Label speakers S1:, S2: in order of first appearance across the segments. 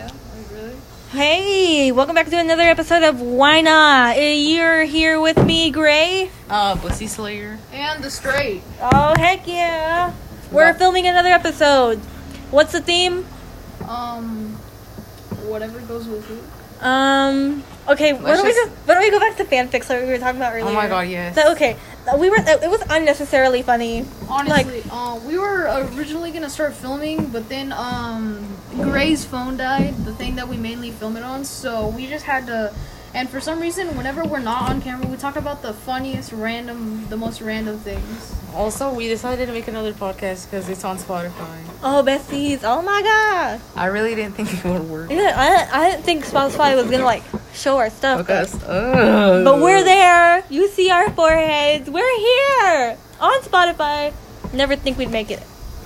S1: oh,
S2: Hey, welcome back to another episode of Why Not. Uh, You're here with me, Gray.
S3: Uh, Bussy Slayer.
S1: And the straight.
S2: Oh, heck yeah. We're
S3: Well-
S2: filming another episode. What's the theme?
S1: Um, whatever goes with it.
S2: Um, okay, why
S3: Let's
S2: don't, we go,
S3: just-
S2: why don't we go back to fanfics that we were talking about earlier?
S3: Oh my god, yes.
S2: That- okay, uh, we were, it was unnecessarily funny.
S1: Honestly, uh, we were originally gonna start filming, but then um, Gray's phone died, the thing that we mainly film it on. So we just had to. And for some reason, whenever we're not on camera, we talk about the funniest, random, the most random things.
S3: Also, we decided to make another podcast because it's on Spotify.
S2: Oh, besties. Oh my god.
S3: I really didn't think it would work.
S2: Yeah, I, I didn't think Spotify was gonna like show our stuff.
S3: Because, ugh.
S2: But we're there. You see our foreheads. We're here on Spotify. Never think we'd make it.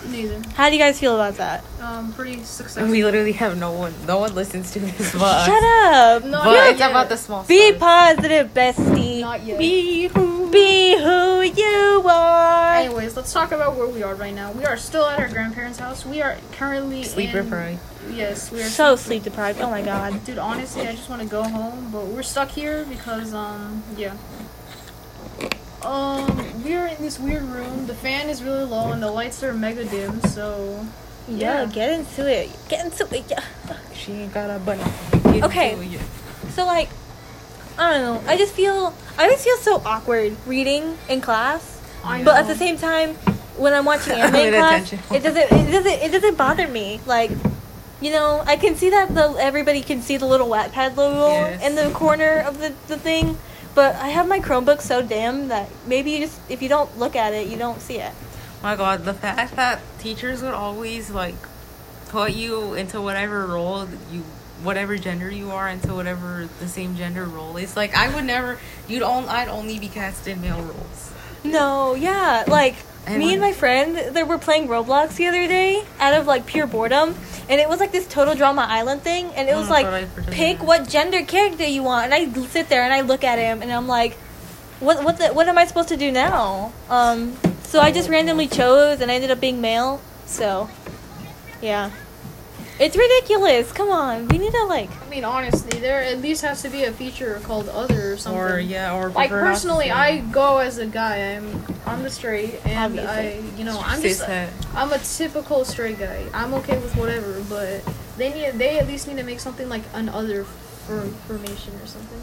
S1: Neither.
S2: How do you guys feel about that?
S1: Um, pretty successful.
S3: We literally have no one. No one listens to this but
S2: Shut up.
S1: No,
S3: But
S1: Uh, not
S3: it's
S1: yet.
S3: about the small
S2: Be
S3: stuff.
S2: positive, bestie.
S1: Not yet.
S2: Be who. Be who you are.
S1: Anyways, let's talk about where we are right now. We are still at our grandparents' house. We are currently
S3: Sleep
S1: in-
S3: deprived.
S1: Yes, we are
S2: so sleep deprived. Oh my god.
S1: Dude, honestly, I just want to go home, but we're stuck here because, um, yeah. Um, we are in this weird room. The fan is really low and the lights are mega dim, so.
S2: Yeah,
S1: Yeah.
S2: get into it. Get into it. Yeah.
S3: She ain't got a button.
S2: Okay. So like, I don't know. I just feel. I always feel so awkward reading in class.
S1: I
S2: But at the same time, when I'm watching anime
S3: I'm in
S2: in class,
S3: attention.
S2: it doesn't it doesn't it doesn't bother me. Like, you know, I can see that the everybody can see the little Wattpad logo
S3: Yes.
S2: in the corner of the, the thing, but I have my Chromebook so dim that maybe you just if you don't look at it, you don't see it.
S3: My god, the fact that teachers would always, like, put you into whatever role that you. Whatever gender you are into whatever the same gender role is like I would never you'd on I'd only be cast in male roles.
S2: No, yeah, like
S3: And
S2: me
S3: when-
S2: and my friend they were playing Roblox the other day out of like pure boredom, and it was like this total drama island thing, and it
S3: Oh
S2: was
S3: my
S2: like
S3: God, I forgot
S2: pick
S3: that.
S2: what gender character you want, and I sit there and I look at him and I'm like, what what the, what am I supposed to do now? Um, so I just randomly chose and I ended up being male. So, yeah, it's ridiculous. Come on, we need to like.
S1: I mean, honestly, there at least has to be a feature called other or something.
S3: Or yeah, or
S1: Like
S3: prefer not to
S1: personally,
S3: say.
S1: I go as a guy. I'm I'm the straight, and I,
S2: Obviously.
S1: you know, I'm
S3: Cis
S1: just uh,
S3: het.
S1: I'm a typical straight guy. I'm okay with whatever, but they need they at least need to make something like an other for formation or something.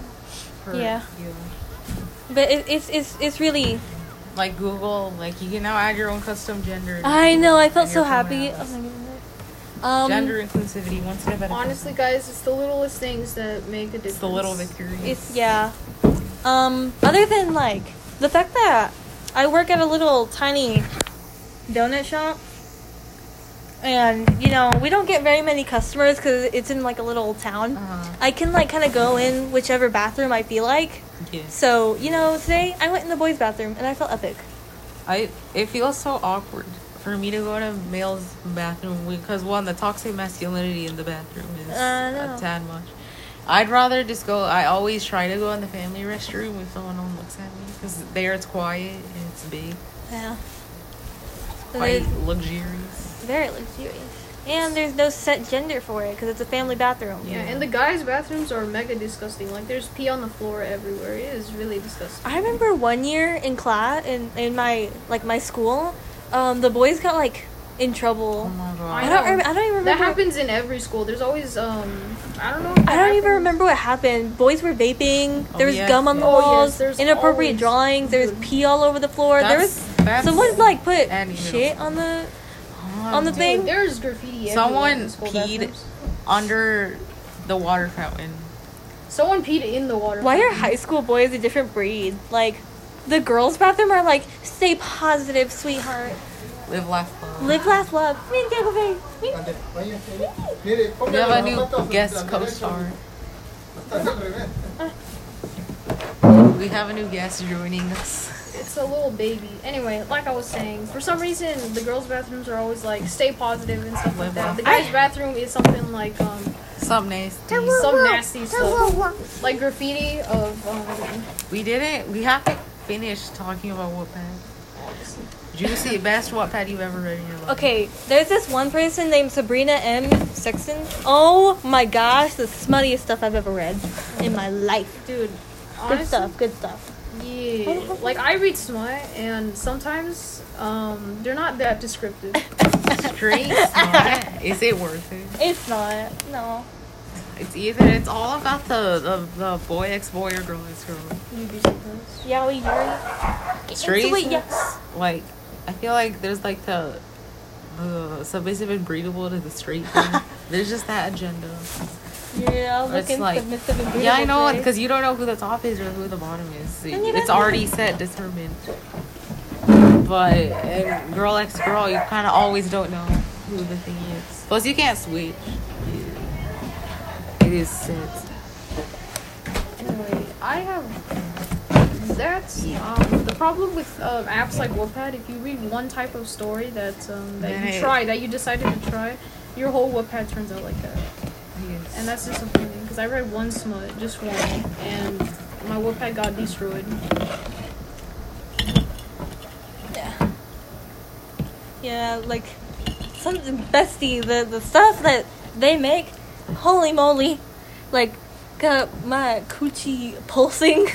S3: for
S2: Yeah.
S3: you.
S2: But it, it's it's it's really.
S3: Like Google, like you can now add your own custom gender.
S2: I know. I felt
S3: And
S2: so
S3: you're someone
S2: happy. Oh
S3: else.
S2: my goodness. Um,
S3: gender inclusivity one step at a time.
S1: Honestly, guys, it's the littlest things that make a difference.
S3: it's the little victory.
S2: It's yeah. Um, other than like the fact that I work at a little tiny donut shop, and you know we don't get very many customers because it's in like a little town.
S3: Uh-huh.
S2: I can like kind of go in whichever bathroom I feel like.
S3: Yes.
S2: So you know today I went in the boys' bathroom and I felt epic.
S3: I it feels so awkward for me to go to male's bathroom because one the toxic masculinity in the bathroom is
S2: I know.
S3: a tad much. I'd rather just go. I always try to go in the family restroom if someone looks at me because there it's quiet and it's big,
S2: Yeah. So
S3: quite
S2: there's-
S3: luxurious.
S2: Very luxurious. And there's no set gender for it because it's a family bathroom.
S1: Yeah, and the guys' bathrooms are mega disgusting. Like, there's pee on the floor everywhere. It is really disgusting.
S2: I remember one year in class in, in my like my school, um, the boys got like in
S3: Oh
S2: trouble.
S3: my god!
S2: I don't. Rem- I don't even
S1: That
S2: remember.
S1: happens in every school. There's always, um, I don't know. if that
S2: I don't even
S1: happens-
S2: remember what happened. Boys were vaping.
S3: Oh,
S2: There was
S3: yes.
S2: gum on the
S1: Oh, yes,
S2: walls.
S1: there's
S2: inappropriate
S1: always-
S2: drawings. There was pee all over the floor. there
S3: That's-
S2: was
S3: that's-
S2: someone like put
S3: and even-
S2: shit on the
S3: Oh my
S2: on the
S3: God.
S2: thing.
S1: Dude, there's graffiti. everywhere
S3: Someone
S1: in school
S3: peed.
S1: bathrooms.
S3: under the water fountain.
S1: Someone peed in the water.
S2: Why are
S1: fountain.
S2: high school boys a different breed? Like, the girls' bathroom are like, stay positive, sweetheart.
S3: Live, laugh, love.
S2: Live, laugh, love. Wink, giggle, face. Wink.
S3: We have a new guest co-star. We have a new guest joining us.
S1: It's a little baby. Anyway, like I was saying, for some reason the girls' bathrooms are always like stay positive and stuff like that. The guys' bathroom is something like um
S3: Some nasty.
S1: some nasty stuff, like graffiti of um.
S3: We didn't. We haven't finished talking about Whoopin. Juicy, best Wattpad you've ever read in your life.
S2: Okay, there's this one person named Sabrina M. Sexton. Oh my gosh, the smuttiest stuff I've ever read in my life.
S1: Dude,
S2: Good
S1: honestly,
S2: stuff, good stuff.
S1: Yeah, like I read smut, and sometimes um, they're not that descriptive.
S3: Straight smart. Is it worth it?
S2: It's not. No.
S3: It's either it's all about the the, the boy ex boy or girl ex girl.
S1: You'd be surprised.
S2: Yaoi Yuri. Get
S3: Straight
S2: into it, yes.
S3: Like I feel like there's like the the submissive and breedable to the straight thing. there's just that agenda.
S2: Yeah, I'll look
S3: It's
S2: into
S3: like-
S2: submissive and
S3: Yeah, I
S2: Beautiful
S3: know
S2: Place.
S3: because you don't know who the top is or who the bottom is. So
S2: And you
S3: it's
S2: don't-
S3: already set, determined. But and girl ex girl, you kind of always don't know who the thing is. Plus, you can't switch. It is set.
S1: Anyway, I have. That's um, the problem with um, apps like Wattpad. If you read one type of story that um, that
S3: Right.
S1: you try, that you decided to try, your whole Wattpad turns out like that,
S3: Yes.
S1: and that's disappointing. Because I read one smut, just one, and my Wattpad got destroyed.
S2: Yeah. Yeah, like some bestie, the the stuff that they make, holy moly, like got my coochie pulsing,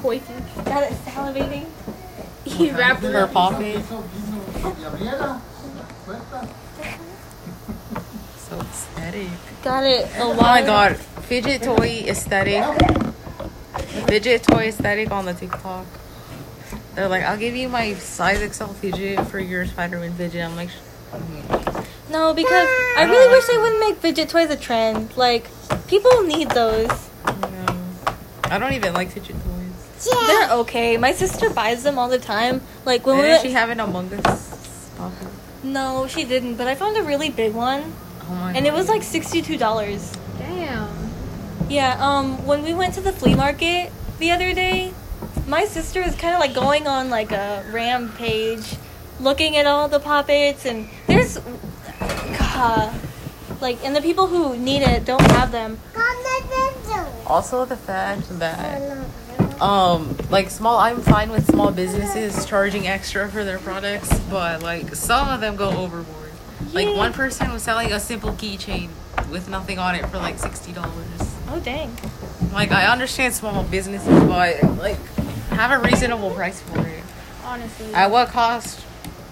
S1: Quaking.
S2: got it salivating.
S1: Evaporated.
S3: Her popping.
S4: Eso vino y abriera la puerta.
S3: So aesthetic.
S2: Got it. A
S3: Oh my god. Fidget toy aesthetic. Fidget toy aesthetic on the TikTok. They're like, I'll give you my size XL fidget for your Spider Man fidget. I'm like, "Sh-
S2: No, because I really wish they wouldn't make fidget toys a trend. Like people need those.
S3: no. I don't even like fidget toys.
S2: They're okay. My sister buys them all the time. Like when we
S3: Didn't
S2: went,
S3: she have an Among Us? pop-up?
S2: no, she didn't. But I found a really big one,
S3: Oh my
S2: and it was
S3: God.
S2: like sixty-two dollars.
S1: Damn.
S2: Yeah, um, when we went to the flea market the other day, my sister was kind of like going on like a rampage, looking at all the puppets, and there's, God, like, and the people who need it don't have them.
S3: also the fact that um like small i'm fine with small businesses charging extra for their products but like some of them go overboard like
S2: Yeah.
S3: one person was selling a simple keychain with nothing on it for like $60
S2: Oh dang!
S3: like i understand small businesses but like have a reasonable price for it
S1: Honestly.
S3: at what cost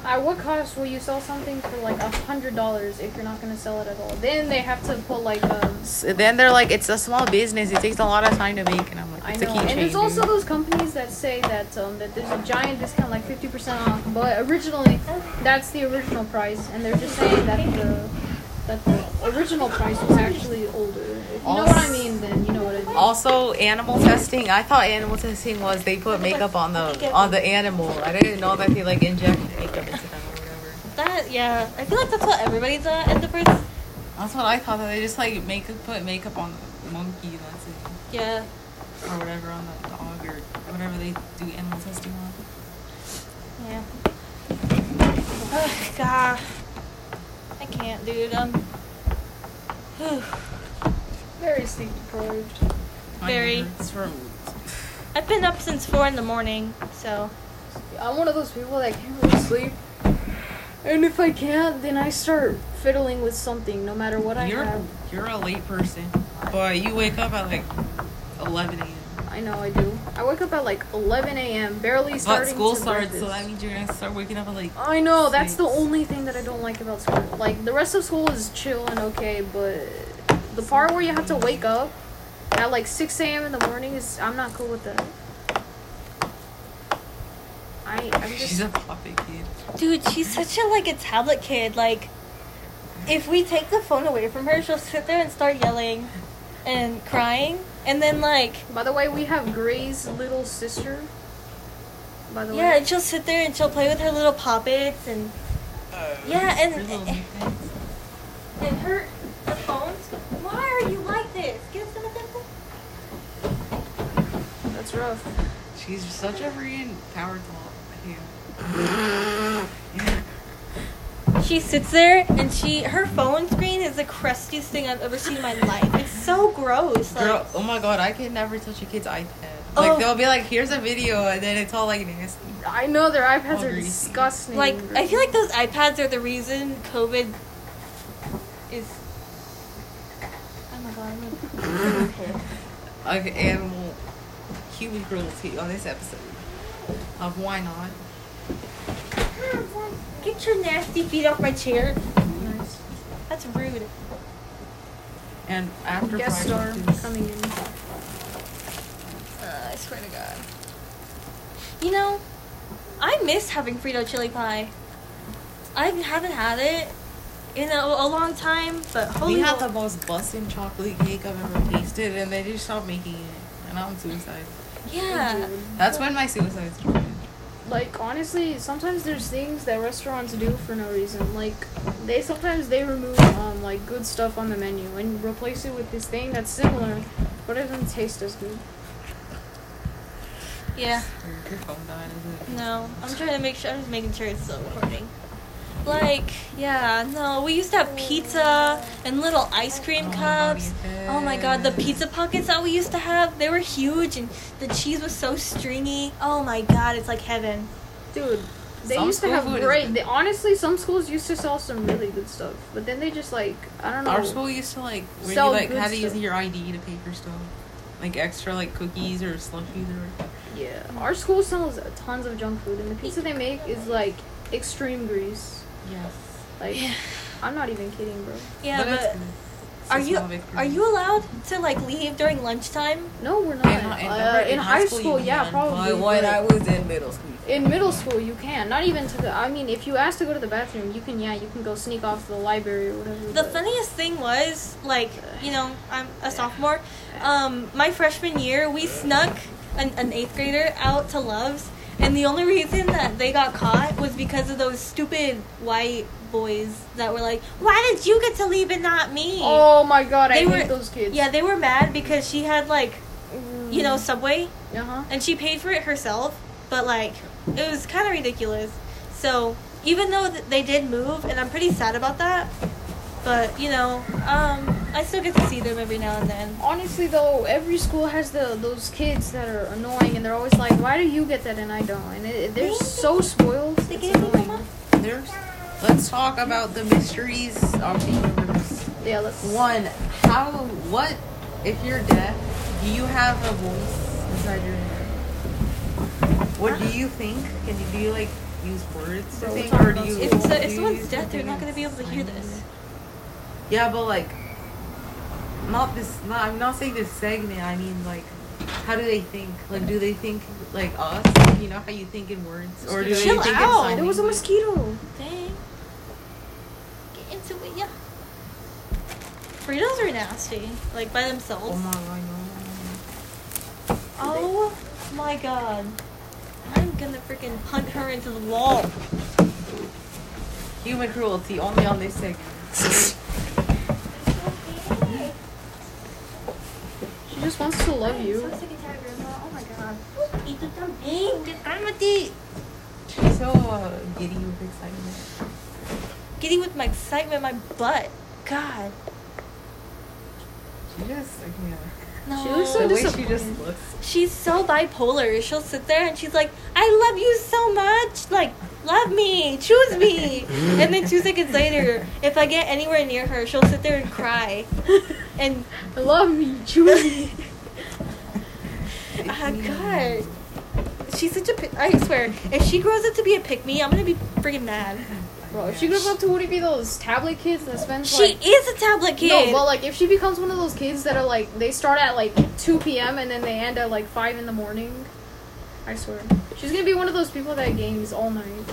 S1: At what cost will you sell something for like a hundred dollars if you're not gonna sell it at all? Then they have to put like um.
S3: S- then they're like it's a small business it takes a lot of time to make and i'm like
S1: I
S3: it's a
S1: know,
S3: keychain
S1: and there's also
S3: dude.
S1: those companies that say that um that there's a giant discount like fifty percent off, but originally that's the original price, and they're just saying that the that the original price was actually older. If you know what I mean, then you know what I mean.
S3: Also, animal testing. I thought animal testing was they put makeup on the on the animal. I didn't know that they like inject makeup into them or whatever.
S2: That yeah, I feel like that's what everybody's at at the first.
S3: That's what I thought. That they just like make put makeup on the monkey. That's it,
S2: Yeah,
S3: or whatever on the dog or whatever they do animal testing on.
S2: yeah. Oh God, I can't, dude. Um. whew.
S1: Very sleep deprived.
S3: My
S2: Very.
S3: It's from.
S2: I've been up since four in the morning, so
S1: I'm one of those people that can't really sleep, and if I can't, then I start fiddling with something, no matter what I
S3: You're
S1: have.
S3: you're a late person, but you wake up at like 11 a.m.
S1: I know I do. I wake up at like 11 a.m. barely
S3: But
S1: starting.
S3: school
S1: to
S3: starts, so
S1: breakfast.
S3: that means you're gonna start waking up at like.
S1: I know that's the
S3: Six.
S1: only thing that I don't like about school. Like the rest of school is chill and okay, but the part where you have to wake up at like 6 a.m. in the morning is I'm not cool with that. I I'm
S3: She's
S1: just
S3: a poppy kid.
S2: Dude, she's such a like a tablet kid. Like, if we take the phone away from her, she'll sit there and start yelling and crying, and then like,
S1: by the way we have Gray's little sister. By the
S2: yeah,
S1: way,
S2: and she'll sit there and she'll play with her little poppets and yeah,
S3: Your little
S2: and eh,
S3: defense.
S2: and her the phones. Why are you like this? Give some attention.
S1: that's rough.
S3: She's such a freaking power doll.
S2: She sits there and she her phone screen is the crustiest thing I've ever seen in my life. It's so gross. Like,
S3: Girl, oh my god, I could never touch a kid's iPad. Like
S2: Oh.
S3: they'll be like, here's a video, and then it's all like nasty.
S1: I know their iPads
S3: All
S1: are
S3: greasy.
S1: disgusting.
S2: Like I feel like those iPads are the reason COVID is. Oh my god! I'm gonna- Okay.
S3: Like animal, human cruelty on this episode of why not?
S2: Get your nasty feet off my chair. That's rude.
S3: And after
S1: guest star
S3: Project is-
S1: coming in.
S2: Uh, I swear to God. You know, I miss having Frito chili pie. I haven't had it in a, a long time, but holy
S3: we had
S2: mo-
S3: the most busting chocolate cake I've ever tasted, and they just stopped making it, and I'm suicidal.
S2: yeah.
S3: That's when my suicide started.
S1: Like honestly, sometimes there's things that restaurants do for no reason. Like they sometimes they remove um like good stuff on the menu and replace it with this thing that's similar, but it doesn't taste as good.
S2: Yeah.
S3: Your phone died, is it?
S2: No, I'm trying to make sure. I'm just making sure it's still recording. Like, yeah, no, we used to have pizza and little ice cream cups. Oh my god, the pizza pockets that we used to have, they were huge and the cheese was so stringy. Oh my god, it's like heaven.
S1: Dude, they
S3: Some
S1: used to
S3: school
S1: have
S3: food is
S1: great.
S3: good.
S1: They, honestly, some schools used to sell some really good stuff, but then they just like I don't know.
S3: Our school used to like where
S1: Sell
S3: you like
S1: good
S3: had to use
S1: stuff.
S3: your ID to pay for stuff, like extra like cookies or slushies or.
S1: Yeah, our school sells tons of junk food, and the pizza they make is like extreme grease.
S3: Yes.
S1: Like
S2: Yeah,
S1: I'm not even kidding, bro.
S2: yeah
S3: it's
S2: but,
S3: good. It's
S2: are
S3: a
S2: you
S3: small victory.
S2: are you allowed to like leave during lunchtime?
S1: No, we're not.
S3: In, hi- in-
S1: Uh,
S3: remember
S1: in high school,
S3: you
S1: yeah,
S3: can,
S1: probably.
S3: but when
S1: but-
S3: I was in middle school,
S1: In middle school, you can. Not even to the. I mean, if you ask to go to the bathroom, you can. Yeah, you can go sneak off to the library or whatever.
S2: The
S1: but-
S2: funniest thing was, like, you know, I'm a sophomore. Um, my freshman year, we snuck an, an eighth grader out to Love's, and the only reason that they got caught was because of those stupid white boys that were like, "Why did you get to leave and not me?"
S1: Oh my god, I
S2: They
S1: hate
S2: were-
S1: those kids.
S2: Yeah, they were mad because she had like, you know, Subway,
S1: Uh huh.
S2: and she paid for it herself. But like, it was kind of ridiculous. So even though th- they did move, and I'm pretty sad about that, but you know, um, I still get to see them every now and then.
S1: Honestly, though, every school has the those kids that are annoying, and they're always like, "Why do you get that and I don't?" And it, they're
S2: They-
S1: so spoiled.
S2: They
S1: It's
S2: gave me
S1: annoying.
S2: mama.
S3: there's. Let's talk about the mysteries of the universe.
S1: Yeah, let's.
S3: One, how, what, if you're deaf, do you have a voice inside your head? What do you think? Can you, do you like use words to
S1: Bro,
S3: think,
S1: we're talking
S3: or do
S1: about
S3: you?
S1: school.
S2: If, so,
S3: do
S2: if
S3: you
S2: someone's
S3: use
S2: deaf, they're
S3: something
S2: not going to be able to hear
S3: sign?
S2: this.
S3: Yeah, but like, not this. Not, I'm not saying this segment. I mean, like, how do they think? Like, do they think like us? Like, you know how you think in words, or do
S2: Chill
S3: they think in
S2: out.
S3: sign
S1: There was a
S3: language?
S1: mosquito.
S2: Dang. Get into it, yeah. Fritos are nasty, like by
S3: Oh
S2: themselves.
S3: my god! no.
S2: Oh my god. I'm gonna freaking punt her into the wall.
S3: Human cruelty only on this segment.
S1: She just wants to love you.
S2: Oh
S3: She's so uh, giddy with excitement.
S2: Giddy with my excitement, in my butt. God.
S3: She just, like, yeah.
S2: No.
S1: She looks so
S3: the way she just
S1: disappointed.
S3: looks.
S2: She's so bipolar. She'll sit there and she's like, I love you so much. Like, love me. Choose me. and then two seconds later, if I get anywhere near her, she'll sit there and cry. And,
S1: Love me, choose me.
S2: ah, God. She's such a. pi- I swear, if she grows up to be a pick me, I'm gonna be freaking mad.
S1: Bro, if she grows up to would it be those tablet kids that spend
S2: She
S1: like
S2: is a tablet kid.
S1: No, but like if she becomes one of those kids that are like they start at like 2 p.m. and then they end at like 5 in the morning, I swear she's gonna be one of those people that games all night.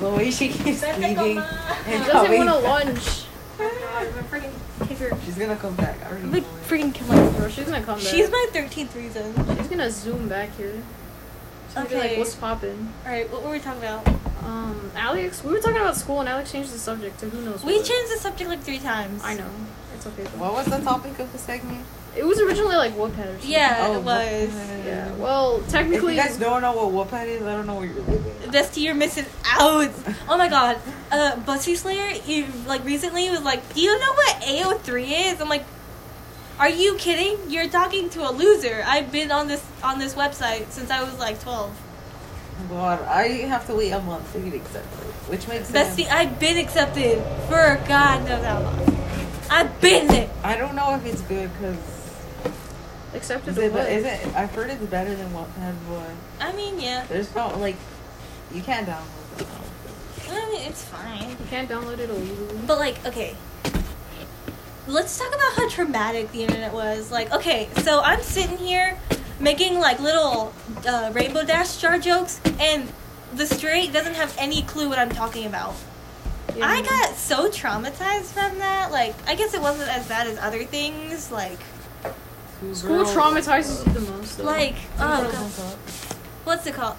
S3: The way she keeps leaving.
S1: She
S3: And
S1: doesn't
S3: coming.
S1: want to lunch,
S3: She's gonna come back. I
S1: uh
S3: already
S2: I'm
S3: know
S2: like
S3: it.
S2: freaking kill myself.
S1: bro. She's gonna come. Back.
S2: She's my 13th reason.
S1: she's gonna zoom back here. She's gonna be
S2: Okay.
S1: like, what's poppin'?
S2: Alright, what were we talking about?
S1: Um, Alex, we were talking about school and Alex changed the subject to who knows.
S2: We
S1: what.
S2: changed the subject like three times.
S1: I know. It's okay. Though.
S3: What was the topic of the segment? Oh,
S1: It was originally like Wattpad or something.
S2: Yeah, it
S3: Wattpad.
S2: was.
S1: Yeah. Well,
S3: If you
S1: technically.
S3: guys don't know what Wattpad is, I don't know where you're living.
S2: Bestie, you're missing out. Oh my god. Uh, Busty Slayer, you, like recently was like, do you know what AO3 is? I'm like, Are you kidding? You're talking to a loser. I've been on this on this website since I was like 12.
S3: God, I have to wait a month to get accepted, which makes sense.
S2: Bestie, I've been accepted for God knows how long. I've been it.
S3: I don't know if it's good because
S1: Accepted
S3: is
S1: the
S3: it,
S1: what?
S3: is it? I've heard it's better than what had one.
S2: I mean, yeah.
S3: There's no like, you can't download. it.
S2: I mean, it's fine.
S1: You can't download it illegally.
S2: But like, okay. Let's talk about how traumatic the internet was. Like, okay, so I'm sitting here making like little uh, rainbow dash jar jokes, and the straight doesn't have any clue what I'm talking about.
S1: Yeah,
S2: I
S1: man.
S2: got so traumatized from that. Like, I guess it wasn't as bad as other things. Like,
S3: Two
S1: School
S3: girls-
S1: traumatizes you the most. Though.
S2: like,
S3: two
S2: oh,
S3: girls
S2: God.
S3: hook up.
S2: what's it called?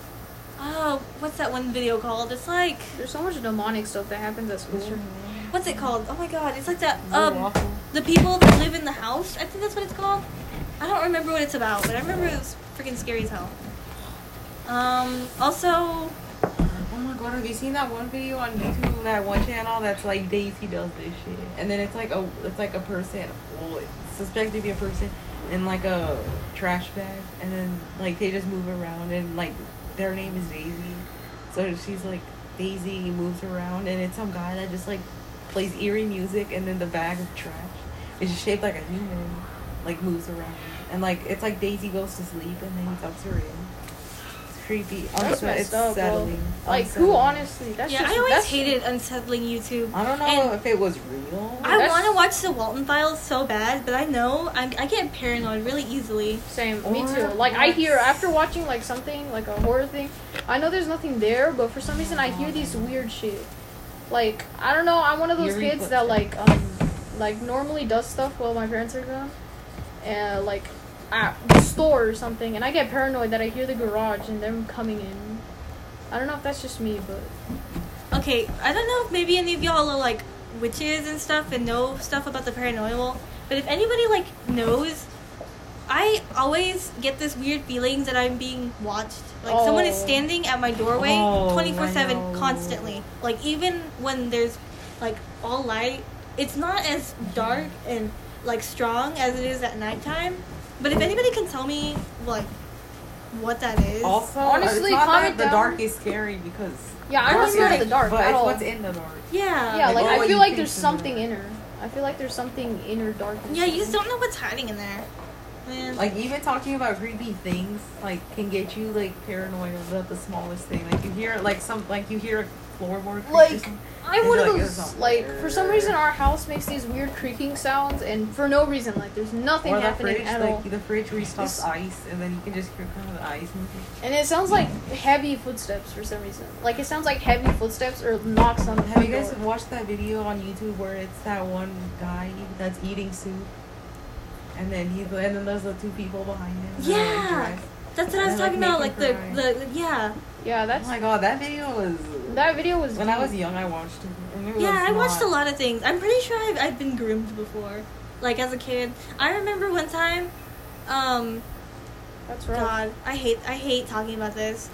S2: Oh, what's that one video called? It's like,
S1: there's so much demonic stuff that happens at school.
S2: what's it called? Oh my God, it's like that.
S3: You're
S2: Um,
S3: awful.
S2: the people that live in the house. I think that's what it's called. I don't remember what it's about, but I remember it was freaking scary as hell. Um. Also,
S3: Oh my god, have you seen that one video on YouTube that one channel that's like Daisy does this shit? And then it's like a it's like a person well it's suspected to be a person in like a trash bag and then like they just move around and like their name is Daisy. So she's like Daisy moves around and it's some guy that just like plays eerie music and then the bag of trash is just shaped like a human, like moves around. And like it's like Daisy goes to sleep and then he tucks her in. It's creepy. I'm
S1: That's
S3: so-
S1: messed
S3: it's
S1: up, bro.
S3: settling.
S1: Like who
S3: Unsettling.
S1: honestly? That's
S2: yeah,
S1: just,
S2: I always
S1: that's, Oh,
S2: hated unsettling YouTube.
S3: I don't know
S2: And-
S3: if it was real.
S2: I
S1: That's-
S2: want to watch the Walton Files so bad, but I know I'm, I get paranoid really easily.
S1: Same, me
S3: Or-
S1: too. Like I hear after watching like something like a horror thing, I know there's nothing there, but for some reason I hear these weird shit. Like I don't know, I'm one of those
S3: Eerie
S1: kids that like um like normally does stuff while my parents are gone, and like at the store or something, and I get paranoid that I hear the garage and them coming in. I don't know if that's just me, but
S2: Okay, I don't know if maybe any of y'all are like witches and stuff and know stuff about the paranormal, but if anybody like knows, I always get this weird feeling that I'm being watched. Like someone is
S1: Oh.
S2: standing at my doorway
S3: Oh, I
S2: 24 7
S3: know.
S2: constantly. Like even when there's like all light, it's not as dark and like strong as it is at nighttime. But if anybody can tell me like what that is,
S3: also,
S1: Honestly,
S3: it's not
S1: comment
S3: that the
S1: down.
S3: dark is scary because
S1: yeah, I
S2: Dark
S1: don't scared
S2: is-
S1: of the dark
S3: but
S1: at
S3: it's
S1: all.
S3: what's in the dark.
S2: yeah,
S1: Yeah,
S3: Like,
S1: like
S3: all
S1: I
S3: you
S1: feel like
S3: think
S1: there's
S3: is the
S1: something
S3: dark.
S1: inner. I feel like there's something inner darkness.
S2: yeah, you just don't know what's hiding in there. Man.
S3: Like even talking about creepy things, like can get you like paranoid about the smallest thing. Like you hear like some like you hear a floorboard. creak or
S1: Like,
S3: something.
S1: I'm
S3: Is
S1: one
S3: it
S1: of
S3: like-
S1: those
S3: is it
S1: like
S3: like-
S1: for some reason our house makes these weird creaking sounds and for no reason like there's nothing
S3: or the
S1: happening
S3: fridge,
S1: at
S3: like
S1: all
S3: the fridge restocks
S1: This-
S3: ice, and then you can just hear kind of the ice moving.
S1: and it sounds like heavy footsteps for some reason like it sounds like heavy footsteps or knocks on the
S3: Have
S1: front
S3: you guys
S1: door.
S3: watched that video on YouTube where it's that one guy that's eating soup, and then he and then there's the two people behind him. that are, like,
S2: Yeah.
S3: dressed? Oh
S2: That's what I was
S3: They, like,
S2: talking
S3: make
S2: about,
S3: you
S2: like the,
S3: cry.
S2: the yeah,
S1: yeah
S3: Oh
S1: that's
S3: my god, that video was.
S1: that video was
S3: when I was
S1: deep.
S3: young, I watched it. and it was
S2: yeah. I watched a
S3: not-
S2: lot of things. I'm pretty sure I've, I've been groomed before, like as a kid. I remember one time, um,
S1: that's rough
S2: God, I hate I hate talking about this.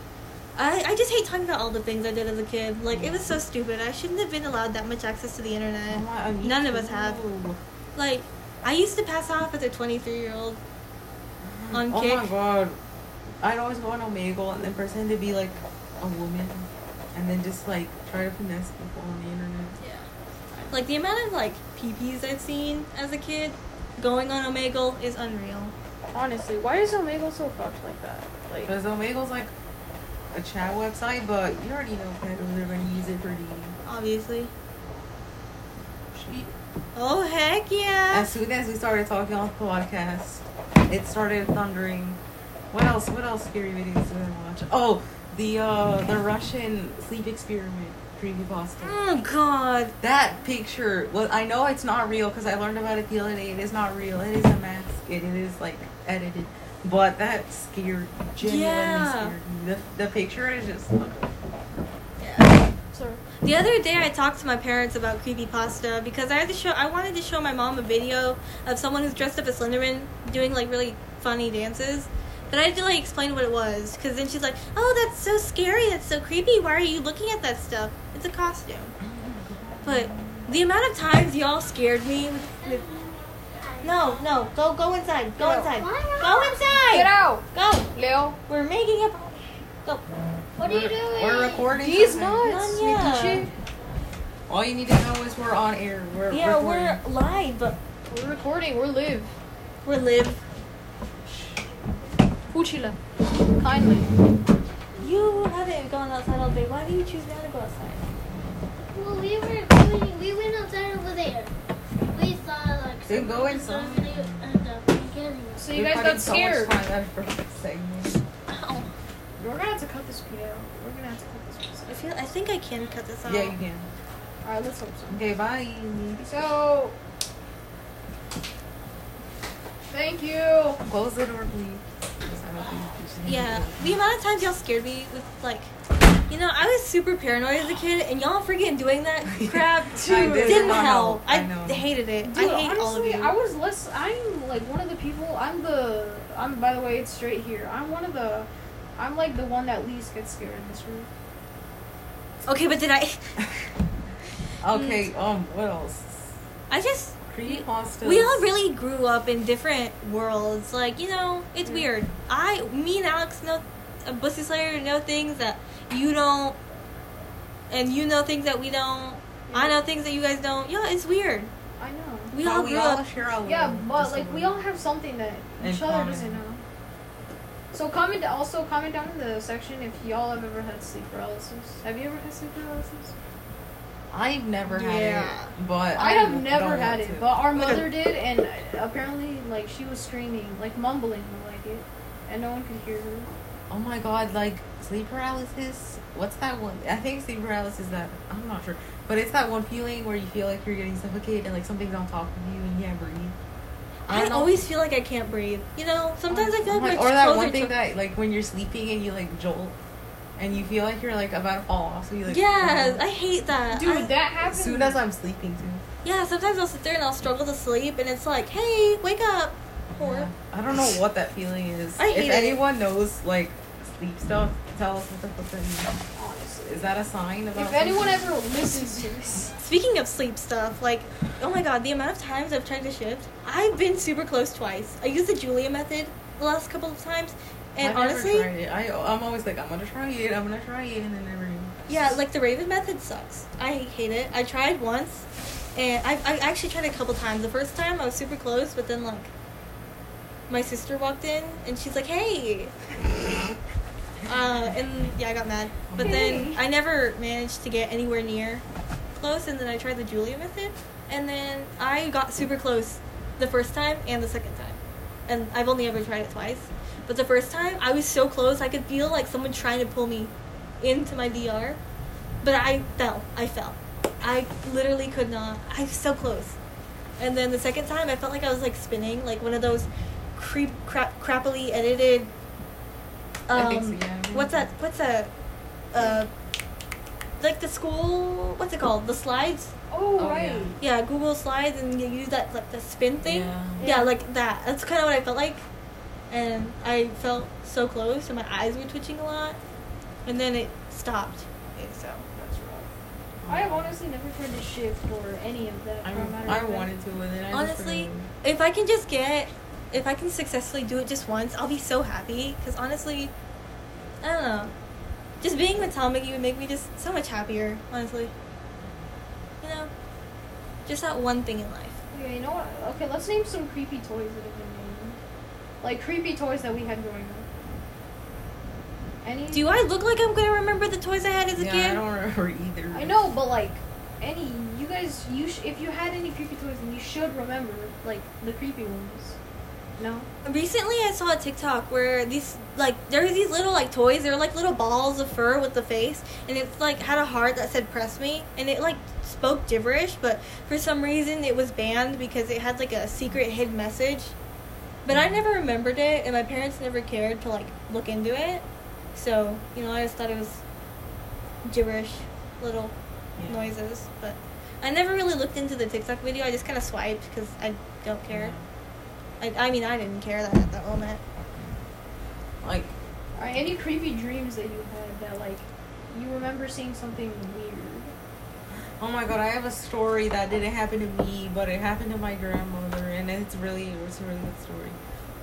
S2: I I just hate talking about all the things I did as a kid. Like it was so stupid. I shouldn't have been allowed that much access to the
S3: Oh
S2: internet.
S3: my- on
S2: None of us
S3: YouTube.
S2: have.
S3: Oh
S2: Like I used to pass off as a 23 year old on
S3: Oh my
S2: Kick.
S3: god, I'd always go on Omegle and then pretend to be like a woman, and then just like try to finesse people on the internet.
S2: Yeah. Like the amount of like PPs I've seen as a kid going on Omegle is unreal.
S1: honestly why is Omegle so fucked like that like
S3: Because Omegle's like a chat website, but you already know pedos are gonna use it for dating.
S2: Obviously. Oh heck yeah!
S3: As soon as we started talking on the podcast, it started thundering. What else? What else scary videos did I watch? Oh, the uh, the Russian sleep experiment creepypasta.
S2: Oh god!
S3: That picture. Well, I know it's not real because I learned about it the other day. It is not real. It is a mask. and it is like edited. But that scared, genuinely
S2: Yeah.
S3: scared me. The, the picture is just.
S1: sorry
S2: The other day I talked to my parents about creepypasta because I had to show I wanted to show my mom a video of someone who's dressed up as Slenderman doing like really funny dances. But I had to like explain what it was because then she's like, "Oh, that's so scary. That's so creepy. Why are you looking at that stuff? It's a costume." But the amount of times y'all scared me with, with No, no. Go, go inside. Go
S1: No.
S2: inside.
S5: Why not?
S2: Go inside.
S1: Get out,
S2: Go.
S1: Leo.
S2: We're making a. Go.
S5: What are you doing?
S3: We're recording.
S1: These
S3: something.
S1: nuts,
S2: None
S1: sneaky
S2: yet.
S1: shit.
S3: All you need to know is we're on air. We're
S2: Yeah,
S3: recording.
S2: we're live, but
S1: We're recording. We're live.
S2: we're live.
S1: Fuchila. Kindly.
S2: You haven't gone outside all day. Why do you choose now to go outside?
S5: Well, we were we, we went outside over there. We saw like
S3: Then go inside.
S5: somebody end up getting us.
S1: So
S3: We
S1: you guys
S3: put in
S1: got
S3: so much
S1: scared.
S3: time out of our segment.
S5: Ow.
S1: We're gonna have to cut this video. We're gonna have to cut this piece.
S2: I feel. I think I can cut this off.
S3: Yeah, you can.
S1: Alright, let's hope so.
S3: Okay, bye.
S1: So, thank you.
S3: Close the door, please. 'Cause I don't think you should hear
S2: Yeah,
S3: it.
S2: the amount of times y'all scared me with like, you know, I was super paranoid as a kid, and y'all freaking doing that crap
S3: I did
S2: didn't
S3: not
S2: help.
S3: help.
S2: I,
S3: I know.
S2: hated it.
S1: Dude,
S2: I hate all of
S1: honestly,
S2: you.
S1: I was less. I'm like one of the people. I'm the. I'm by the way, it's straight here. I'm one of the. I'm like the one that least gets scared in this room.
S2: okay, but did I?
S3: Okay, um, what else?
S2: I just
S3: Creepy pasta.
S2: we all really grew up in different worlds. Like you know, it's weird. I, me and Alex know, uh, Bussy Slayer know things that you don't, and you know things that we don't. I know things that you guys don't. Yeah, it's weird.
S1: I know.
S2: We all
S3: we
S2: grew
S3: all
S2: up.
S3: share a little.
S1: Yeah, but
S3: just a
S1: like we
S3: little.
S1: all have something that
S3: Oh, In
S1: each other
S3: common.
S1: doesn't know. So comment also comment down in the section if y'all have ever had sleep paralysis. Have you ever had sleep paralysis?
S3: I've never had
S2: Yeah.
S3: it, but
S1: I have
S3: don't
S1: never
S3: want
S1: had it,
S3: to.
S1: but our
S2: Like a-
S1: mother did, and apparently, like, she was screaming, like, mumbling, like it, and no one could hear her.
S3: Oh my god, like sleep paralysis. What's that one? I think sleep paralysis. is That I'm not sure, but it's that one feeling where you feel like you're getting suffocated and like something's on top of you and you can't breathe.
S2: I,
S3: don't know.
S2: always feel like I can't breathe. You know, sometimes I feel
S3: I'm
S2: like,
S3: like-
S2: my
S3: or that
S2: clothes
S3: one
S2: are
S3: thing
S2: too-
S3: that like when you're sleeping and you like jolt and you feel like you're like about to fall off. So you like mm-hmm.
S2: Yes, I hate that.
S1: Dude,
S2: I-
S1: that happened.
S3: As soon as I'm sleeping too.
S2: yeah, sometimes I'll sit there and I'll struggle to sleep, and it's like, hey, wake up. Or
S3: Yeah. I don't know what that feeling is.
S2: I hate
S3: if
S2: it.
S3: anyone knows like sleep stuff, tell us what the fuck that means.
S1: Honestly.
S3: Is that a sign about
S1: If anyone
S3: something?
S1: ever listens to this,
S2: speaking of sleep stuff, like, oh my god, the amount of times I've tried to shift, I've been super close twice. I used the Julia method the last couple of times, and
S3: I've never
S2: honestly,
S3: tried it. I, I'm always like, I'm gonna try it, I'm gonna try it, and then never.
S2: yeah, like the Raven method sucks. I hate it. I tried once, and I I actually tried a couple times. The first time I was super close, but then like. My sister walked in and she's like, "Hey, Uh, and yeah, I got mad. But then I never managed to get anywhere near close, and then I tried the Julia method, and then I got super close the first time and the second time. And I've only ever tried it twice. But the first time, I was so close, I could feel like someone trying to pull me into my DR. But I fell. I fell. I literally could not. I was so close. And then the second time, I felt like I was like spinning, like one of those creep, crap, crappily edited. Um,
S3: I think so, yeah.
S2: What's that? What's a, uh, like the school? What's it called? The slides?
S1: oh,
S3: Oh,
S1: right.
S3: yeah.
S2: Yeah, Google Slides, and you use that like the spin thing.
S3: Yeah.
S2: yeah like that. That's kind of what I felt like, and I felt so close, and my eyes were twitching a lot, and then it stopped.
S1: So, that's rough. I have honestly never tried to shift or any of that.
S3: I,
S1: for a matter
S3: I
S1: of fact.
S3: wanted to, and then I
S2: honestly,
S3: Just
S2: if I can just get, if I can successfully do it just once, I'll be so happy. Because honestly, I don't know. Just being with Tommy would make me just so much happier, honestly. You know? Just that one thing in life.
S1: Okay, you know what? Okay, let's name some creepy toys that have been named. Like, creepy toys that we had growing up. Any?
S2: Do I look like I'm gonna remember the toys I had as a
S3: yeah, I
S2: kid?
S3: don't remember either.
S1: I know, but like any you guys, you sh- if you had any creepy toys, then you should remember like the creepy ones. No,
S2: Recently, I saw a TikTok where these like there was these little like toys. They're like little balls of fur with the face, and it's like had a heart that said "press me," and it like spoke gibberish. But for some reason, it was banned because it had like a secret hidden message. But I never remembered it, and my parents never cared to like look into it. So you know, I just thought it was gibberish, little
S3: Yeah.
S2: noises. But I never really looked into the TikTok video. I just kind of swiped because I don't care. I, I mean, I didn't care that at that moment.
S3: Like,
S1: or any creepy dreams that you had that like you remember seeing something weird.
S3: Oh my god, I have a story that didn't happen to me, but it happened to my grandmother, and it's really, it's a really good story.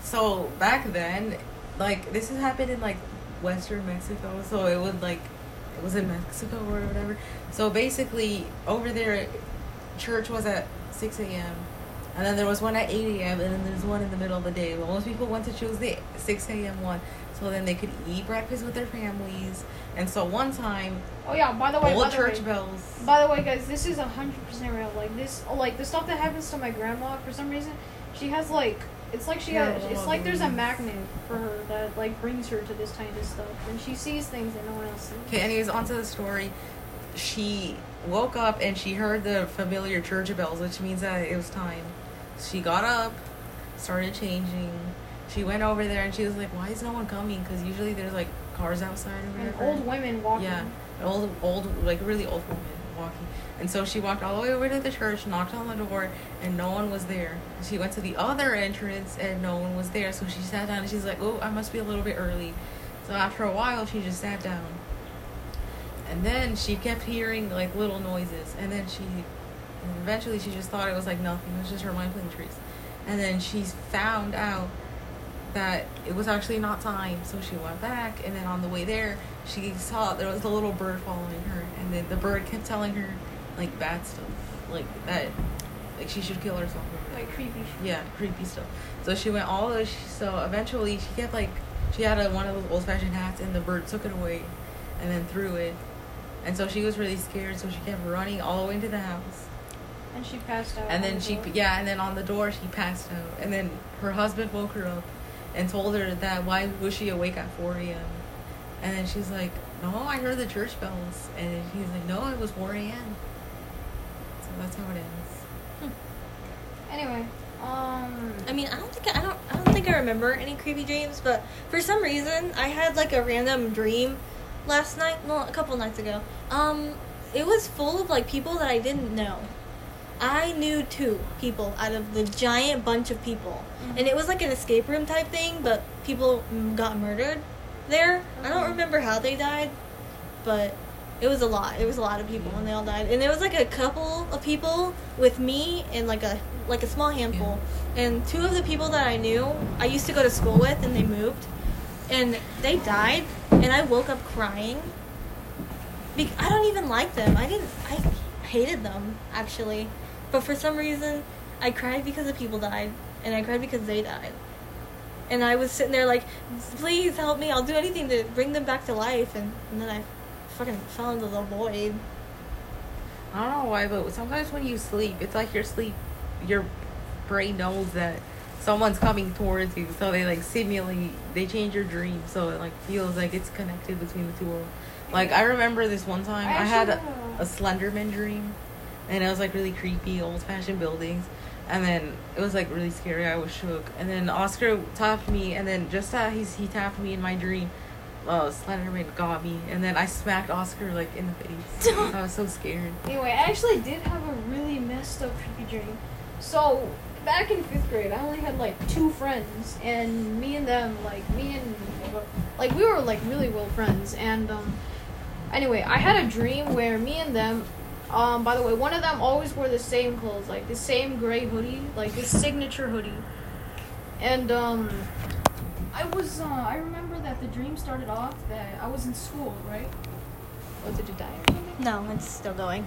S3: So back then, like this has happened in like Western Mexico, so it would like it was in Mexico or whatever. So basically, over there, church was at six a.m. And then there was one at 8 a.m. and then there's one in the middle of the day. But most people want to choose the 6 a.m. one so then they could eat breakfast with their families. And so one time,
S1: Oh yeah. By the way,
S3: all
S1: by the way,
S3: church bells.
S1: By the way, guys, this is hundred percent real. Like this, like the stuff that happens to my grandma for some reason, she has like it's like she has it's like there's a magnet for her that like brings her to this kind of stuff, and she sees things that no one else sees.
S3: Okay, anyways, onto the story. She woke up and she heard the familiar church bells, which means that it was time. She got up, started changing. She went over there and she was like, "Why is no one coming? Because usually there's like cars outside or
S1: And
S3: whatever."
S1: old women walking.
S3: Yeah, an old, old, like really old woman walking. And so she walked all the way over to the church, knocked on the door, and no one was there. She went to the other entrance, and no one was there. So she sat down, and she's like, "Oh, I must be a little bit early." So after a while, she just sat down. And then she kept hearing like little noises, and then she, and eventually, she just thought it was like nothing. It was just her mind playing tricks. And then she found out that it was actually not time, so she went back. And then on the way there, she saw there was a little bird following her, and then the bird kept telling her like bad stuff, like that, like she should kill herself. or
S1: Like creepy. shit.
S3: yeah, creepy stuff. So she went all the. She, so eventually, she kept like she had a, one of those old fashioned hats, and the bird took it away, and then threw it, and so she was really scared. So she kept running all the way into the house,
S1: And she passed out.
S3: and
S1: on
S3: then
S1: the
S3: she
S1: door.
S3: yeah, and then on the door she passed out, and then her husband woke her up, and told her that why was she awake at four a.m. And then she's like, no, I heard the church bells, and then he's like, no, it was four a.m. So that's how it ends.
S1: Anyway, um.
S2: I mean, I don't think I, I don't I don't think I remember any creepy dreams, but for some reason I had like a random dream last night, well, a couple nights ago. Um, it was full of like people that I didn't know. I knew two people out of the giant bunch of people, and it was like an escape room type thing, but people mm, got murdered there. I don't remember how they died, but it was a lot. It was a lot of people, and they all died. And there was like a couple of people with me and like a like a small handful. And two of the people that I knew, I used to go to school with, and they moved, and they died. And I woke up crying. Be- I don't even like them. I didn't. I hated them actually, but for some reason, I cried because the people died, and I cried because they died. And I was sitting there like, please help me. I'll do anything to bring them back to life. And, and then I fucking fell into the void.
S3: I don't know why, but sometimes when you sleep, it's like your sleep, your brain knows that someone's coming towards you, so they like simulate, they change your dream, so it like feels like it's connected between the two worlds. Like I remember this one time
S1: I
S3: I, had a,
S1: actually know.
S3: a Slenderman dream, and it was like really creepy, old fashioned buildings, and then it was like really scary. I was shook, and then Oscar tapped me, and then just as he's he tapped me in my dream. Uh, Slenderman got me, and then I smacked Oscar like in the face. I was so scared.
S1: Anyway, I actually did have a really messed up creepy dream. So back in fifth grade, I only had like two friends, and me and them, like me and like we were like really well friends. And um, anyway, I had a dream where me and them. Um, by the way, one of them always wore the same clothes, like the same gray hoodie, like his signature hoodie. And um, I was uh, I remember that the dream started off that I was in school, right? Or did it die? or something?
S2: No, it's still going.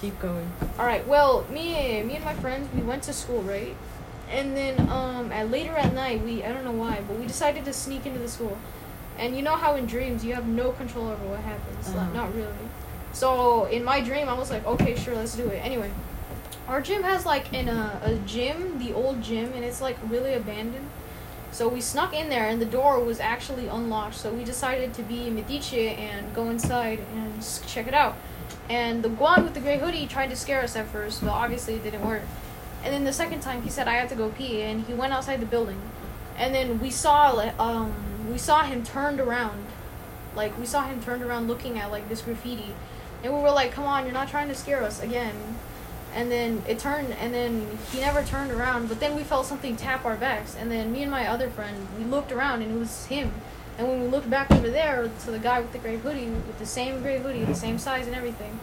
S3: Keep going.
S1: All right. Well, me, me and my friends, we went to school, right? And then um, at later at night, we I don't know why, but we decided to sneak into the school. And you know how in dreams you have no control over what happens, like,
S3: Uh-huh.
S1: not really. So in my dream, I was like, okay, sure, let's do it. Anyway, our gym has like in a, a gym, the old gym, and it's like really abandoned. So we snuck in there, and the door was actually unlocked. So we decided to be Medici and go inside and s- check it out. And the one with the gray hoodie tried to scare us at first, but obviously it didn't work. And then the second time, he said, "I have to go pee," and he went outside the building. And then we saw, like, um, we saw him turned around, like we saw him turned around looking at like this graffiti, and we were like, "Come on, you're not trying to scare us again." and then it turned and then he never turned around but then we felt something tap our backs and then me and my other friend we looked around and it was him and when we looked back over there to the guy with the gray hoodie with the same gray hoodie the same size and everything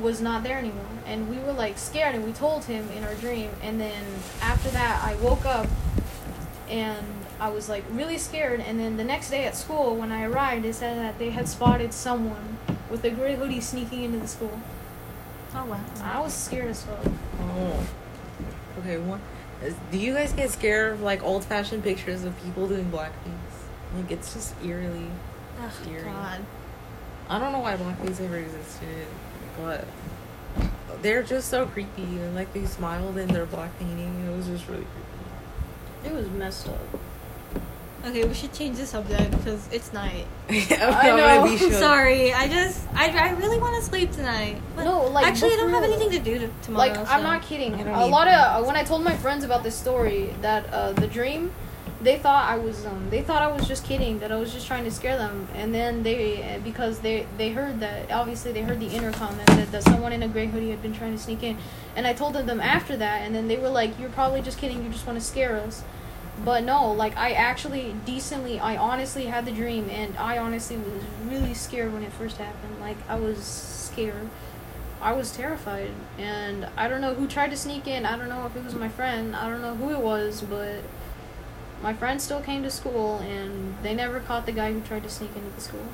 S1: was not there anymore. And we were like scared and we told him in our dream. And then after that, I woke up and I was like really scared. And then the next day at school, when I arrived, it said that they had spotted someone with a gray hoodie sneaking into the school.
S3: Oh wow.
S2: Ah,
S1: I was scared as fuck.
S3: Oh. Okay. What? is- Do you guys get scared of like old-fashioned pictures of people doing blackface? Like it's just eerily.
S2: Ugh,
S3: Eerie.
S2: God.
S3: I don't know why blackface ever existed, but they're just so creepy. And like they smiled in their black painting. It was just really creepy.
S1: It was messed up.
S2: Okay, we should change the subject because it's night.
S3: I
S1: know.
S2: I'm sorry. I just, I, I really want to sleep tonight. But
S1: No, like,
S2: actually, I
S1: but
S2: don't
S1: for
S2: have
S1: real.
S2: anything to do to, tomorrow.
S1: Like I'm
S2: so-
S1: not kidding.
S3: I don't
S1: A
S3: need
S1: lot
S3: that.
S1: of when I told my friends about this story that uh, the dream, they thought I was um they thought I was just kidding that I was just trying to scare them and then they because they they heard that obviously they heard the intercom that said that someone in a gray hoodie had been trying to sneak in and I told them after that and then they were like you're probably just kidding you just want to scare us. But no, like I actually decently, I honestly had the dream, and I honestly was really scared when it first happened. Like I was scared. I was terrified, and I don't know who tried to sneak in. I don't know if it was my friend. I don't know who it was, but my friend still came to school, and they never caught the guy who tried to sneak into the school.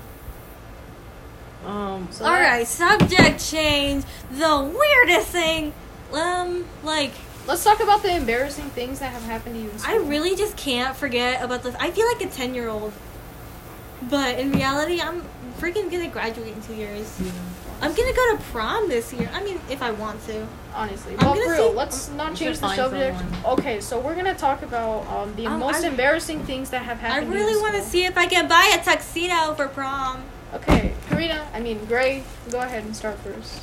S3: Um.
S1: So
S2: All
S1: that-
S2: right, subject change. The weirdest thing. Um, like
S1: let's talk about the embarrassing things that have happened to you. In school.
S2: I really just can't forget about this. I feel like a ten year old, but in reality, I'm freaking gonna graduate in two years.
S3: yeah.
S2: I'm gonna go to prom this year. I mean, if I want to.
S1: honestly,
S2: I'm
S1: but
S2: gonna
S1: for real,
S2: say-
S1: let's
S3: You
S1: not
S3: should
S1: change the
S3: find
S1: subject.
S3: someone.
S1: Okay, so we're gonna talk about um, the
S2: Um,
S1: most
S2: I-
S1: embarrassing things that have
S2: I
S1: happened. to you in
S2: really want to
S1: school.
S2: see if I can buy a tuxedo for prom.
S1: Okay, Karina, I mean Gray, go ahead and start first.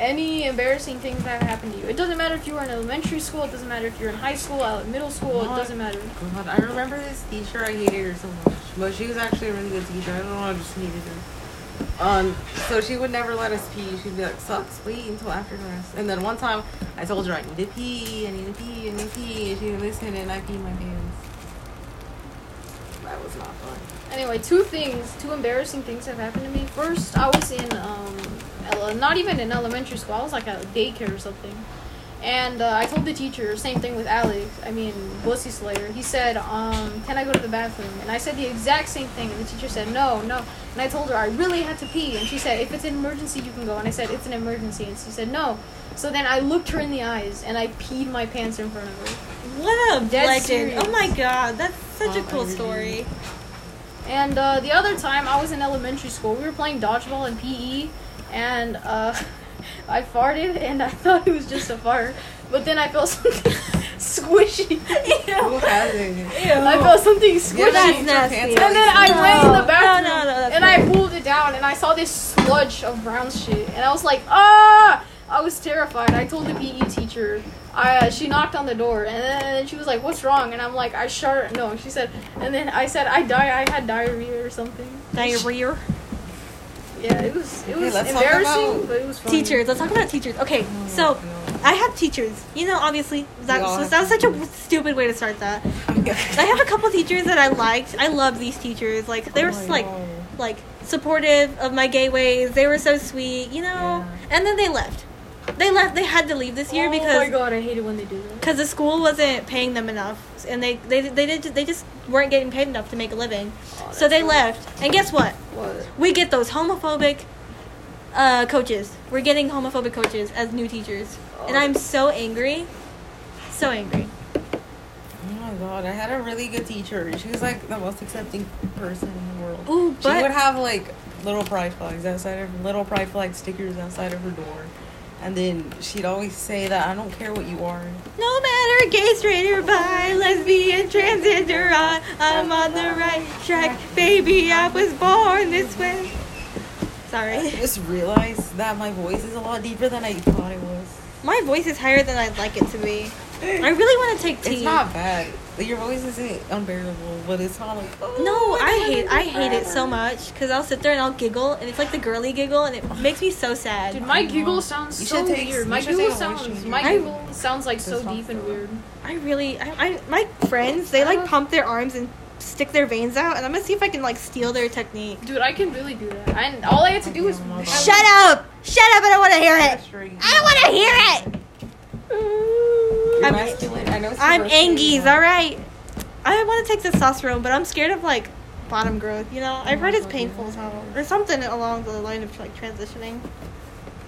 S1: Any embarrassing things that have happened to you? It doesn't matter if you were in elementary school. It doesn't matter if you're in high school, out in middle school. It
S3: Not-
S1: doesn't matter.
S3: God, I remember this teacher. I hated her so much, but she was actually a really good teacher. I don't know. I just hated her. Um. So she would never let us pee. She'd be like, "Sucks. Wait until after class." And then one time, I told her I need to pee. I need to pee. I need to pee. And she didn't listen, and I peed my pants. That was not fun.
S1: Anyway, two things, two embarrassing things have happened to me. First, I was in um, ele- not even in elementary school. I was like at daycare or something, and uh, I told the teacher same thing with Alec. I mean, Bussy Slayer. He said, um, "Can I go to the bathroom?" And I said the exact same thing, and the teacher said, "No, no." And I told her I really had to pee, and she said, "If it's an emergency, you can go." And I said, "It's an emergency," and she said, "No." So then I looked her in the eyes, and I peed my pants in front of her.
S2: What a
S1: Dead
S2: legend!
S1: serious.
S2: Oh my god, that's such
S3: Oh,
S2: a cool
S3: I really-
S2: story.
S1: And uh, the other time, I was in elementary school. We were playing dodgeball in PE, and uh, I farted, and I thought it was just a fart, but then I felt something squishy.
S3: Who hasn't?
S1: I felt something
S3: Yeah,
S1: squishy.
S2: that's
S3: she- her
S2: nasty.
S3: pants
S1: and then I went in
S2: No,
S1: the bathroom
S2: no, no, that's
S1: and I pulled it down and I saw this sludge of brown shit and I was like, ah! I was terrified. I told the PE teacher. I, uh, she knocked on the door and then, and then she was like, "What's wrong?" And I'm like, "I shart." No, she said. And then I said, "I die. I had diarrhea or something."
S2: Diarrhea.
S1: Yeah, it was it
S3: Okay,
S1: was
S3: let's talk
S1: embarrassing,
S3: about
S1: but it was funny.
S2: Teachers. Let's talk about teachers. Okay,
S3: Oh,
S2: so I have teachers. You know, obviously that
S3: We all
S2: was,
S3: have
S2: that was such a stupid way to start that. I have a couple teachers that I liked. I love these teachers. Like they were
S3: Oh my
S2: like
S3: God.
S2: like supportive of my gay ways. They were so sweet, you know.
S3: Yeah.
S2: And then they left. They left. They had to leave this year
S1: oh my
S2: because
S1: god, I hate it when they do that.
S2: because the school wasn't paying them enough, and they they they did they just weren't getting paid enough to make a living.
S1: Oh,
S2: so they
S1: that's-
S2: left. And guess what?
S1: What?
S2: We get those homophobic uh, coaches. We're getting homophobic coaches as new teachers, and
S1: Oh.
S2: I'm so angry, so angry.
S3: Oh my god, I had a really good teacher. She was like the most accepting person in the world.
S2: Ooh,
S3: she would
S2: but
S3: have like little pride flags outside of little pride flag stickers outside of her door. And then she'd always say that I don't care what you are.
S2: no matter gay, straight or bi, lesbian, transgender, I, I'm on the right track, baby. I was born this way.
S3: I
S2: Sorry,
S3: just realized that my voice is a lot deeper than I thought it was.
S2: my voice is higher than I'd like it to be. I really want to take tea.
S3: It's not bad. Your voice isn't unbearable, but it's not like oh,
S2: No,
S3: my
S2: I
S3: God,
S2: hate
S3: I'm
S2: I hate it
S3: forever."
S2: so much because I'll sit there and I'll giggle and it's like the girly giggle and it makes me so sad.
S1: Dude, my giggle sounds
S3: You
S1: so
S3: should take-
S1: weird.
S3: you
S1: My
S3: should
S1: giggle
S3: take a voice
S1: sounds
S3: changer.
S1: my
S2: I-
S1: giggle sounds like so
S3: Just talk
S1: deep and
S3: to her.
S1: weird.
S2: Uh-huh. I really, I, I my friends, they like pump their arms and stick their veins out, and I'm gonna see if I can like steal their technique.
S1: Dude, I can really do that. And all I had to do was
S2: Shut up! Shut up! I don't want to hear it.
S3: Frustrating.
S2: I don't want to hear it.
S3: You're
S2: I'm,
S3: masculine. I know it's
S2: I'm
S3: frustrating.
S2: Angies. All right. I want to take testosterone, but I'm scared of like bottom growth. You know, I've read it's painful as well, or something along the line of like transitioning.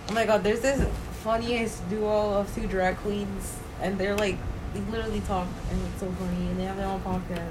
S3: Oh my god, there's this funniest duo of two drag queens, and they're like, they literally talk, and it's so funny, and they have their own podcast.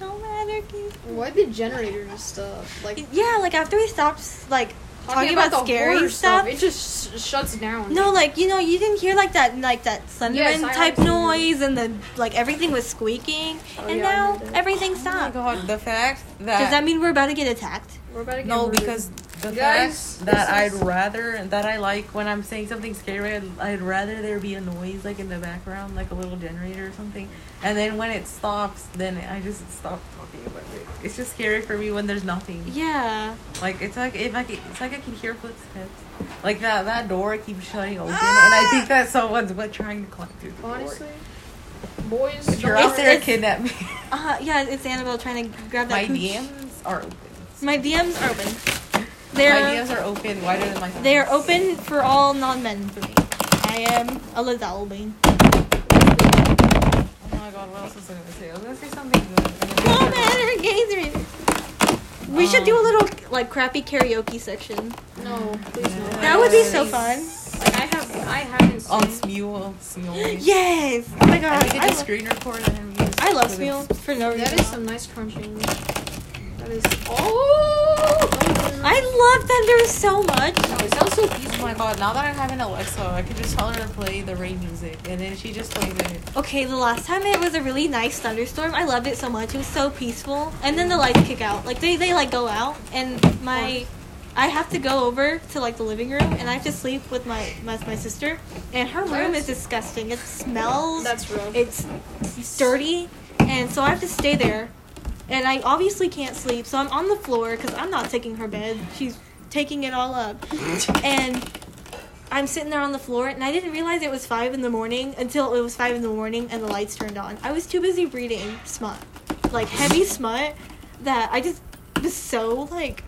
S2: No matter. Keith.
S1: Why the generator and stuff? Like
S2: Yeah, like after we stopped like talking about,
S1: the
S2: scary
S1: horror
S2: stuff,
S1: it just sh- shuts down.
S2: No, like you know, you didn't hear like that, like that Slenderman
S1: Yes, I
S2: type
S1: heard
S2: noise, and then like everything was squeaking, and
S1: Oh, yeah, I
S2: now
S1: heard that.
S2: everything
S3: Oh my
S2: stopped.
S3: god, the fact that.
S2: Does that mean we're about to get attacked?
S1: We're about to get
S3: No,
S1: murdered.
S3: because the
S1: Guys,
S3: fact that I'd
S1: this is-
S3: rather that I like when I'm saying something scary, I'd, I'd rather there be a noise like in the background, like a little generator or something. And then when it stops, then I just stop talking about it. It's just scary for me when there's nothing.
S2: Yeah.
S3: Like it's like if I can, it's like I can hear footsteps. Like that that door keeps shutting open, and I think that someone's what trying to climb through the
S1: honestly,
S3: door.
S1: boys,
S3: If you're
S1: don't
S3: out
S2: It's-
S3: there,
S2: it's-
S3: kidnap me.
S2: Uh, yeah. It's Annabelle trying to grab that.
S3: My
S2: pooch.
S3: DMs are open.
S2: My DMs are open.
S3: My
S2: They're
S3: DMs are open wider than my.
S2: they are
S3: phones.
S2: open for all non-men for me. I am a Lizalbane.
S3: Oh my god, what else was I gonna say? I was gonna say something good. and then-
S2: No matter gaze We should do
S1: Oh.
S2: a
S3: Um,
S2: little like crappy karaoke section.
S1: no, please no.
S2: That would be so fun.
S1: Like, I have, I haven't. Seen,
S3: On Um, Smule. on Smule.
S2: Yes. Oh my god.
S3: And we could
S2: I
S3: do
S2: lo-
S3: screen record and use
S2: I love
S3: for the-
S2: Smule for no reason.
S1: that is some nice crunching. That is. Oh.
S2: I love Thunder so much.
S3: Oh, it sounds so peaceful. Oh my god, now that I have an Alexa, I could just tell her to play the rain music and then she just plays it.
S2: Okay, the last time it was a really nice thunderstorm. I loved it so much. It was so peaceful. And then the lights kick out. Like they, they like go out and my I have to go over to like the living room and I have to sleep with my my, my sister. And her room is disgusting. It smells
S1: That's rough.
S2: it's dirty and so I have to stay there. And I obviously can't sleep, so I'm on the floor because I'm not taking her bed. She's taking it all up. and I'm sitting there on the floor, and I didn't realize it was five in the morning until it was five in the morning and the lights turned on. I was too busy reading smut, like heavy smut, that I just was so like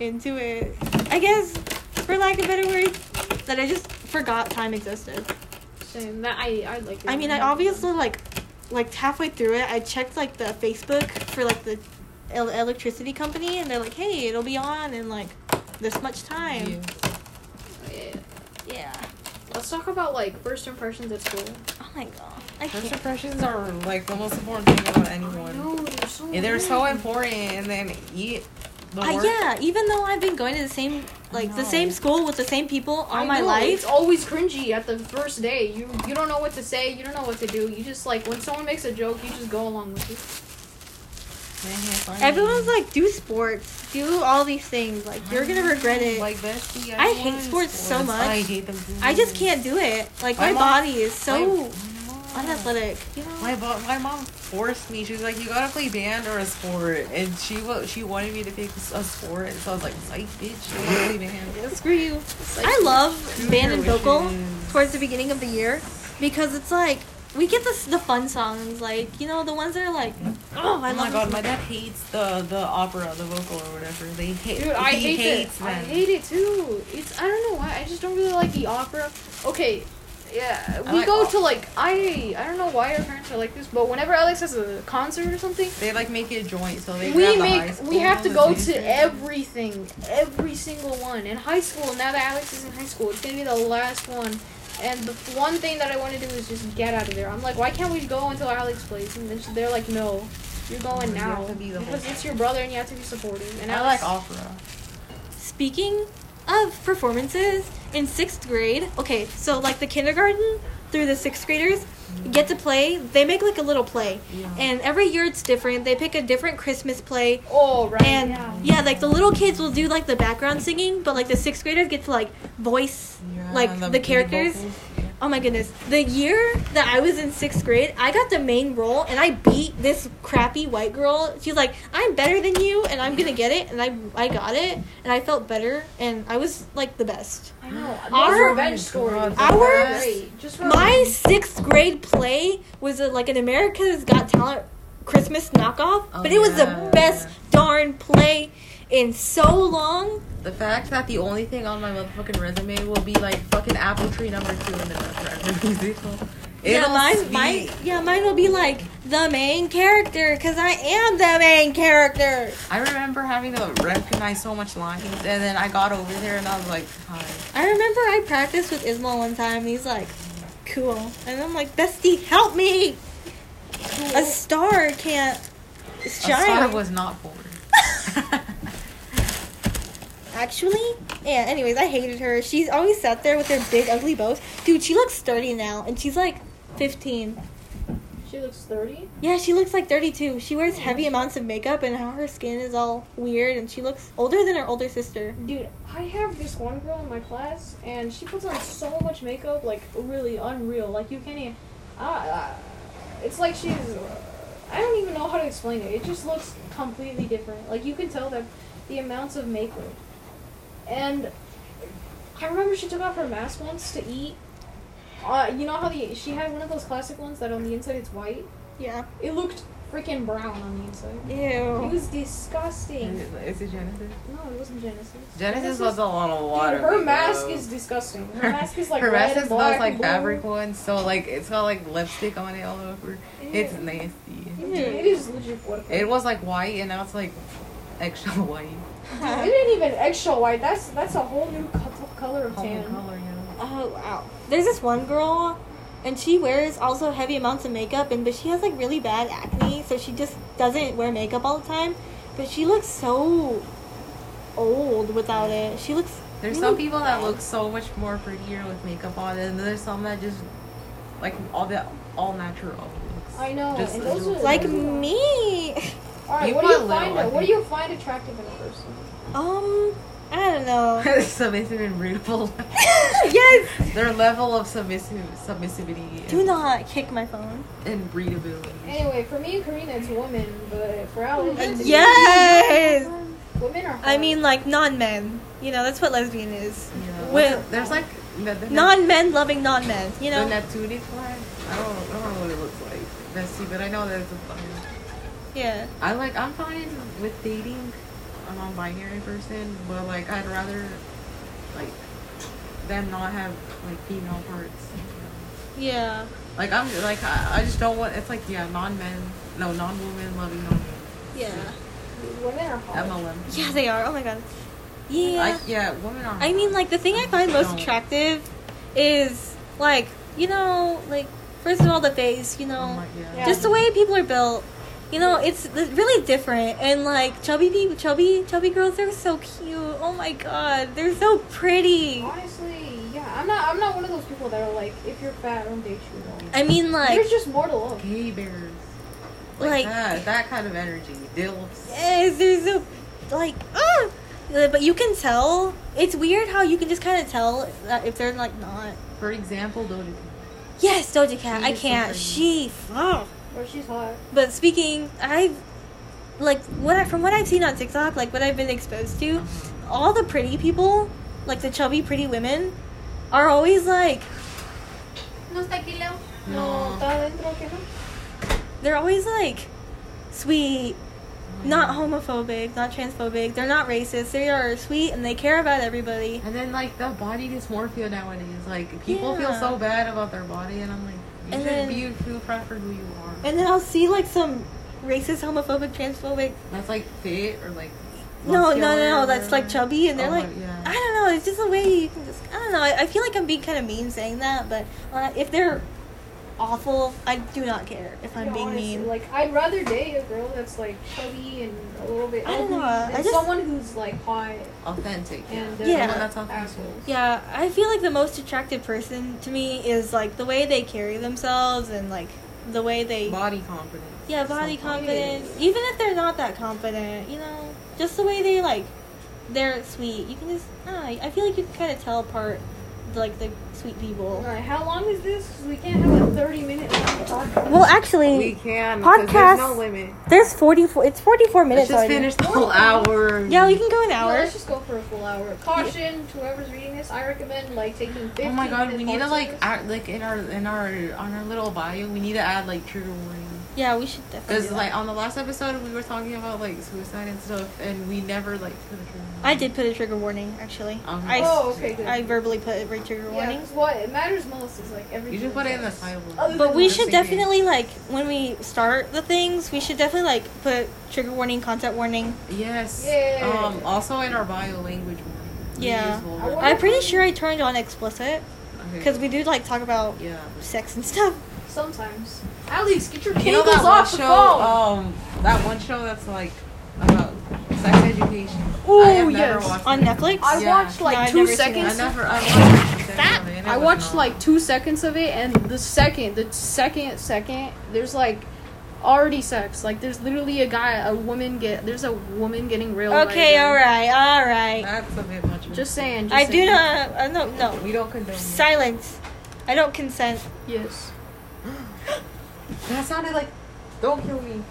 S2: into it. I guess, for lack of better words, that I just forgot time existed.
S1: Same. That I, I like. it.
S2: I mean, I obviously like, like halfway through it, I checked like the Facebook for like the el- electricity company, and they're like, "Hey, it'll be on in like this much time."
S1: Yeah.
S2: Yeah.
S1: Let's talk about like first impressions at school.
S2: Oh my god. I
S3: First
S2: can't.
S3: impressions are like the most important thing about anyone.
S1: No, they're so.
S3: And they're so
S1: weird.
S3: important and then eat the
S2: Uh,
S3: work.
S2: yeah, even though I've been going to the same like the
S3: know.
S2: same school with the same people all
S1: I
S2: my
S1: know, It's
S2: life.
S1: always cringy at the first day. You you don't know what to say. You don't know what to do. You just like when someone makes a joke, you just go along with it.
S2: Everyone's like, do sports, do all these things. Like you're gonna regret it.
S3: Like bestie,
S2: I
S3: don't
S2: hate
S3: want
S2: sports so much.
S3: I hate them. Too.
S2: I just can't do it. Like my
S3: I'm all-
S2: body is so
S3: I'm-
S2: unathletic. You know.
S3: My mom, my mom forced me. She was like, "You gotta play band or a sport," and she wa- she wanted me to pick s- a sport. And so I was like, "Psych, bitch! I wanna play band."
S2: Yeah, screw you.
S1: like-
S2: I love band and vocal
S3: Wishes.
S2: towards the beginning of the year because it's like we get the s- the fun songs, like you know the ones that are like, oh, I
S3: Oh my
S2: love.
S3: god,
S2: this-
S3: my dad hates the the opera, the vocal or whatever. They hate.
S1: Dude, I
S3: he
S1: hate
S3: hates
S1: it. I
S3: them.
S1: hate it too. It's I don't know why. I just don't really like the opera. Okay, yeah,
S3: I
S1: we
S3: like
S1: go
S3: opera.
S1: to like I I don't know why our parents are like this, but whenever Alex has a concert or something,
S3: They like make it a joint, so they. grab
S1: we
S3: the
S1: make
S3: high
S1: we have to
S3: school
S1: go
S3: music.
S1: to everything, every single one. In high school, now that Alex is in high school, it's gonna be the last one. And the one thing that I want to do is just get out of there. I'm like, why can't we go until Alex plays? And they're- they're like, no, you're going
S3: You have
S1: now
S3: to be the
S1: because
S3: whole-
S1: it's your brother and you have to be supportive. And
S3: I
S1: Alex,
S3: like opera.
S2: Speaking of performances in sixth grade, okay, so like the kindergarten through the sixth graders get to play. They make like a little play,
S3: Yeah.
S2: and every year it's different. They pick a different Christmas play.
S1: oh right,
S2: And
S1: yeah.
S2: yeah, like the little kids will do like the background singing, but like the sixth graders get to like voice
S3: Yeah,
S2: like
S3: and
S2: the,
S3: the
S2: characters.
S3: vocals.
S2: Oh my goodness. The year that I was in sixth grade, I got the main role and I beat this crappy white girl. She's like, I'm better than you and I'm gonna get it and I I got it and I felt better and I was like the best.
S1: I know.
S2: Our-
S1: Our revenge story.
S3: God,
S2: the Our- best.
S1: Great. Just for
S2: uh, My sixth grade play was a, like an America's Got Talent Christmas knockoff,
S3: Oh,
S2: but it was
S3: yeah.
S2: the best darn play in so long.
S3: The fact that the only thing on my motherfucking resume will be like fucking apple tree number two in the forever musical.
S2: yeah,
S3: It'll
S2: mine,
S3: speak-
S2: mine, yeah, mine will be like the main character because I am the main character.
S3: I remember having to recognize so much lines, and then I got over there and I was like, hi.
S2: I remember I practiced with Ismail one time. and He's like, cool. And I'm like, bestie, help me. A star can't shine.
S3: Asada was not bored.
S2: Actually, yeah, anyways, I hated her. She's always sat there with her big, ugly bows. Dude, she looks 30 now, and she's like 15.
S1: She looks 30.
S2: Yeah, she looks like 32. She wears heavy amounts of makeup, and how her skin is all weird, and she looks older than her older sister.
S1: Dude, I have this one girl in my class, and she puts on so much makeup, like really unreal. Like you can't even. Uh, uh, it's like she's. uh, I don't even know how to explain it. It just looks completely different. Like you can tell that the amounts of makeup. And I remember she took off her mask once to eat. Uh, you know how the she had one of those classic ones that on the inside it's white.
S2: Yeah.
S1: It looked freaking brown on the inside. It
S2: Ew.
S1: was disgusting.
S3: Is it Genesis?
S1: No, it wasn't Genesis.
S3: Genesis was a lot of
S1: Dude,
S3: water.
S1: her mask
S3: though.
S1: is disgusting. Her mask is like
S3: her
S1: red
S3: mask
S1: and
S3: smells
S1: black
S3: like
S1: and blue.
S3: fabric one, so like it's got like lipstick on it all over.
S1: Ew.
S3: It's nasty.
S1: Dude, Hmm, It is legit what
S3: It was like white, and now it's like eggshell white.
S1: It ain't even eggshell white. That's that's a whole new co- color of
S3: Whole new
S1: tan.
S3: color, yeah.
S2: Oh wow. There's this one girl, and she wears also heavy amounts of makeup, and but she has like really bad acne, so she just doesn't wear makeup all the time. But she looks so old without it. She looks.
S3: There's some people that look so much more prettier with makeup on, and then there's some that just like all that all natural looks.
S1: I know,
S3: Just
S1: and those
S3: look-
S1: are-
S2: like me.
S1: All right,
S3: You
S1: what do you
S3: want
S1: find?
S3: little, I
S1: what do
S3: think.
S1: you find attractive in a person?
S2: Um, I don't know.
S3: submissive and brutal.
S2: yes.
S3: Their level of submissive submissivity
S2: Do
S3: and,
S2: not kick my phone.
S3: and breedability.
S1: Anyway, for me and Karina, it's women, but for Alex, it's
S2: Yes.
S1: women are.
S2: I mean, like non-men. You know, that's what lesbian is.
S3: Yeah.
S2: Well-
S3: there's like the, the
S2: Non-men loving non-men. You
S3: the
S2: know.
S3: Neptunic flag. I don't I don't know what it looks like. Let's see, but I know that it's a flag.
S2: yeah.
S3: I like I'm fine with dating a non-binary person, but like I'd rather like them not have like female parts.
S2: Yeah.
S3: Like I'm like I, I just don't want. It's like yeah, non-men, no non-women loving non.
S2: Yeah.
S1: hot. women are hot.
S3: MLM.
S2: Yeah, they are. Oh my god. Yeah.
S3: Like yeah, women are.
S2: I mean, like the thing I find most
S3: Don't.
S2: attractive is like you know, like first of all the face, you
S3: Oh
S2: know,
S3: my- yeah.
S2: just the way people are built. You know, it's th- really different, and like chubby people, chubby, chubby girls, they're so cute. Oh my god, they're so pretty.
S1: Honestly, yeah, I'm not. I'm not one of those people that are like, if you're fat, I don't date you.
S2: I mean, like,
S1: There's just more to love.
S3: gay bears. Like,
S2: like,
S3: that, that kind of energy. Dilfs.
S2: yes, they're so, like, ah. Uh, But you can tell. It's weird how you can just kind of tell that if they're like not.
S3: For example, Doja. Cat.
S2: Yes, Doja Cat.
S3: She
S2: I
S3: is so
S2: can't.
S3: pretty.
S2: she. Fuck.
S1: Or she's hot.
S2: But speaking, I've like what I, from what I've seen on TikTok, like what I've been exposed to, all the pretty people, like the chubby pretty women, are always like
S5: No está aquí, Leo.
S1: No, está dentro que no.
S2: they're always like sweet, not homophobic, not transphobic. They're not racist. They are sweet and they care about everybody.
S3: And then like the body dysmorphia nowadays, like people feel
S2: Yeah.
S3: so bad about their body, and I'm like, you
S2: And
S3: should
S2: then-
S3: be feel proud for who you are.
S2: And then I'll see like some racist, homophobic, transphobic.
S3: that's like fit or like.
S2: No, no, no,
S3: muscular.
S2: no. That's like chubby, and they're
S3: Oh,
S2: like,
S3: yeah.
S2: I don't know. It's just a way you can just. I don't know. I, I feel like I'm being kind of mean saying that, but uh, if they're awful, I do not care if I'm
S1: Yeah,
S2: being
S1: honestly,
S2: mean.
S1: Like I'd rather date a girl that's like chubby and a little bit.
S2: I don't
S1: ugly
S2: know, I
S1: Than
S2: just-
S1: someone who's like hot
S3: authentic.
S1: and uh,
S2: Yeah.
S3: Someone that's authentic.
S1: assholes.
S2: yeah, I feel like the most attractive person to me is like the way they carry themselves and like the way they.
S3: Body confidence.
S2: yeah, body
S3: Something.
S2: confidence. Even if they're not that confident, you know, just the way they like, they're sweet. You can just. I don't know. I feel like you can kind of tell apart, like the sweet people.
S1: Alright, how long is this? 'Cause We can't have a thirty-minute podcast.
S2: Well, actually,
S3: We can. because There's no
S2: Podcast.
S3: limit.
S2: There's 44. It's 44
S3: Let's
S2: minutes
S3: just
S2: already.
S3: finish the whole hour.
S2: Yeah, we can go an
S1: Yeah,
S2: hour.
S1: let's just go for a full hour. Caution to whoever's reading this. I recommend like taking. 15
S3: Oh my god,
S1: to
S3: we need to
S1: 40
S3: like
S1: minutes.
S3: act like in our in our on our little bio, we need to add like trigger warning.
S2: Yeah, we should definitely.
S3: Because
S2: do that.
S3: like on the last episode, we were talking about like suicide and stuff, and we never like. put it through.
S2: I did put a trigger warning actually.
S3: Um,
S2: I,
S1: Oh, okay, good.
S2: I verbally put a trigger warning.
S1: what it matters most is like everything.
S3: You should put it in the
S1: else.
S3: title.
S1: Other
S2: But
S1: than
S2: we
S1: what-
S2: should definitely like when we start the things, we should definitely like put trigger warning, content warning.
S3: Yes.
S1: Yeah.
S3: Um. Also in our bio language. warning. We
S2: Yeah.
S3: use
S2: I
S3: vulgar-
S1: want-
S2: I'm pretty sure I turned on explicit
S3: Okay.
S2: because we do like talk about
S3: Yeah.
S2: sex and stuff.
S1: Sometimes. Alex, get your
S3: You know
S1: cables
S3: that one
S1: off the
S3: show.
S1: phone.
S3: Um. That one show that's like about sex education.
S1: Ooh,
S3: uh, I have never
S1: yes.
S3: watched
S2: On
S3: it.
S2: Netflix?
S1: I
S3: Yeah.
S1: watched like
S2: No, I've
S1: two
S2: never seen it.
S3: I
S1: seconds.
S3: never. I watched it. And it
S1: I
S3: was
S1: watched
S3: not-
S1: like two seconds of it, and the second, the second, second, there's like already sex. Like there's literally a guy, a woman get, there's a woman getting railed. by a
S2: Okay,
S1: guy.
S2: all right, all right.
S3: That's a bit much.
S1: Just saying. Just
S2: I do
S1: saying.
S2: not. Uh, no, no.
S3: We don't condone. it.
S2: Silence. I don't consent.
S1: Yes.
S3: That sounded like. Don't kill me.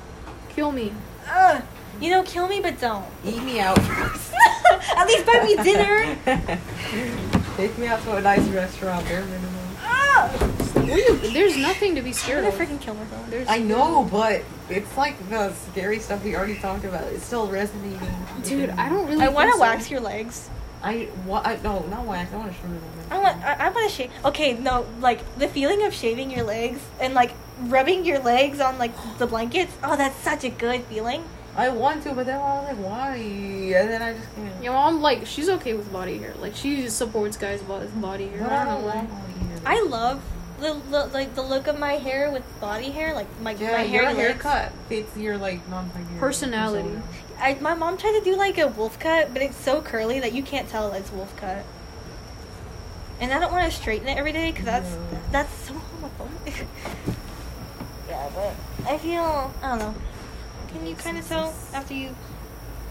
S1: Kill me.
S2: Ugh. You know, kill me, but don't.
S3: Eat me out.
S2: At least buy me dinner.
S3: Take me out to a nice restaurant, bare minimum.
S1: Ah!
S2: Ugh.
S1: There's nothing to be
S2: I'm
S1: scared
S2: gonna
S1: of.
S2: freaking kill myself.
S1: There's.
S3: I know, but it's like the scary stuff we already talked about. It's still resonating.
S1: Dude, I don't really.
S2: I want to
S1: think so.
S2: wax your legs.
S3: I want. I, no, not wax. I want to shorten them.
S2: I want. I, I want to shave. Okay, no, like the feeling of shaving your legs and like rubbing your legs on like the blankets. Oh, that's such a good feeling.
S3: I want to, but then I was like, why? And then I just can't.
S1: Your mom, like, she's okay with body hair. Like, she supports guys' bo- body hair.
S3: But I don't like. either.
S2: I love the, the like the look of my hair with body hair, like my
S3: Yeah,
S2: my hair
S3: your
S2: legs.
S3: haircut fits your like non-binary
S1: Personality.
S3: persona.
S2: I, my mom tried to do like a wolf cut, but it's so curly that you can't tell it's wolf cut. And I don't want to straighten it every day because that's
S3: No.
S2: that's so homophobic. yeah, but I feel I don't know. Can you kind of tell after you?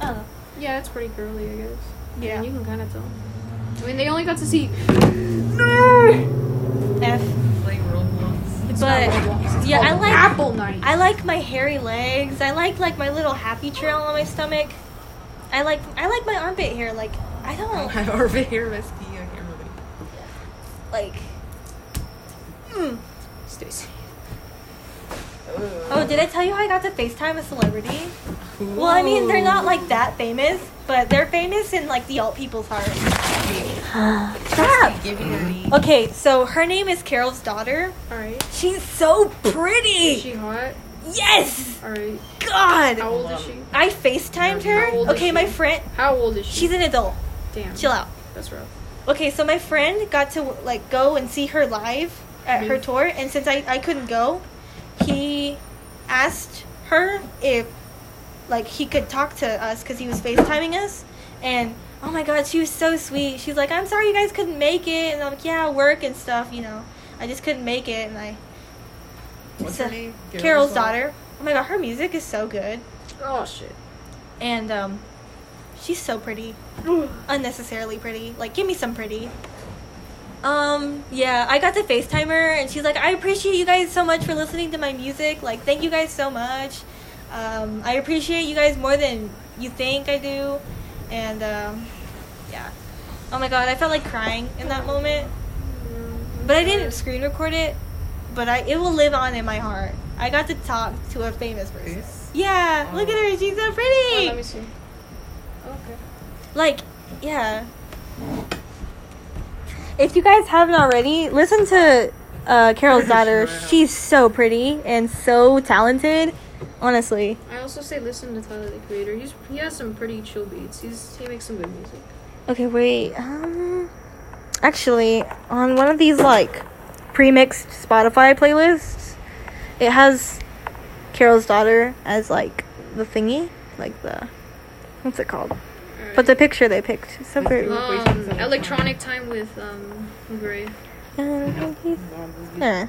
S2: I don't know.
S1: Yeah, it's pretty curly, I guess.
S2: Yeah.
S1: And you can kind of tell. I mean, they only got to see.
S2: F.
S3: Like Roblox.
S1: It's
S2: But-
S1: not Roblox, it's
S2: yeah, I
S1: called
S2: like-
S1: Apple Night.
S2: I like my hairy legs. I like like my little happy trail on my stomach. I like I like my armpit hair. Like I don't
S3: My orbit hair recipe. I can't really.
S2: like. Mm.
S1: Stacy.
S2: Oh, did I tell you how I got to FaceTime a celebrity? Well, I mean, they're not like that famous, but they're famous in like the alt people's heart. Stop.
S3: Give me your name.
S2: Okay, so her name is Carol's daughter.
S1: Alright.
S2: She's so
S1: Is
S2: pretty.
S1: she hot?
S2: Yes,
S1: Alright. How
S2: God.
S1: old is she?
S2: I FaceTimed her.
S1: How old is
S2: Okay, my
S1: she?
S2: friend.
S1: How old is she?
S2: She's an adult.
S1: Damn.
S2: Chill out.
S1: That's rough.
S2: Okay, so my friend got to like go and see her live at her
S1: Mhm.
S2: tour, and since I, I couldn't go, he asked her if like he could talk to us because he was FaceTiming us, and oh my god, she was so sweet. She's like, I'm sorry you guys couldn't make it, and I'm like, yeah, work and stuff, you know, I just couldn't make it, and I
S3: What's her name?
S2: Carol's daughter. Oh my god, her music is so good,
S1: Oh shit.
S2: and um, she's so pretty unnecessarily pretty. Like, give me some pretty. Um, yeah, I got to FaceTime her, and she's like, I appreciate you guys so much for listening to my music. Like, thank you guys so much. Um, I appreciate you guys more than you think I do. And, um, yeah. Oh my god, I felt like crying in that moment. But I didn't screen record it, but I it will live on in my heart. I got to talk to a famous person.
S3: Yes.
S2: Yeah, look at her, she's so pretty.
S1: Oh, let me see. Okay.
S2: Like, yeah. If you guys haven't already, listen to uh, Carol's daughter.
S3: Sure.
S2: She's so pretty and so talented. Honestly,
S1: I also say listen to Tyler the Creator. He's he has some pretty chill beats. He's he makes some good music.
S2: okay, wait. Um, actually, on one of these like pre-mixed Spotify playlists, it has Carol's daughter as like the thingy, like the what's it called? But the picture they picked, is so pretty.
S1: um, electronic time with um Gray.
S2: Yeah.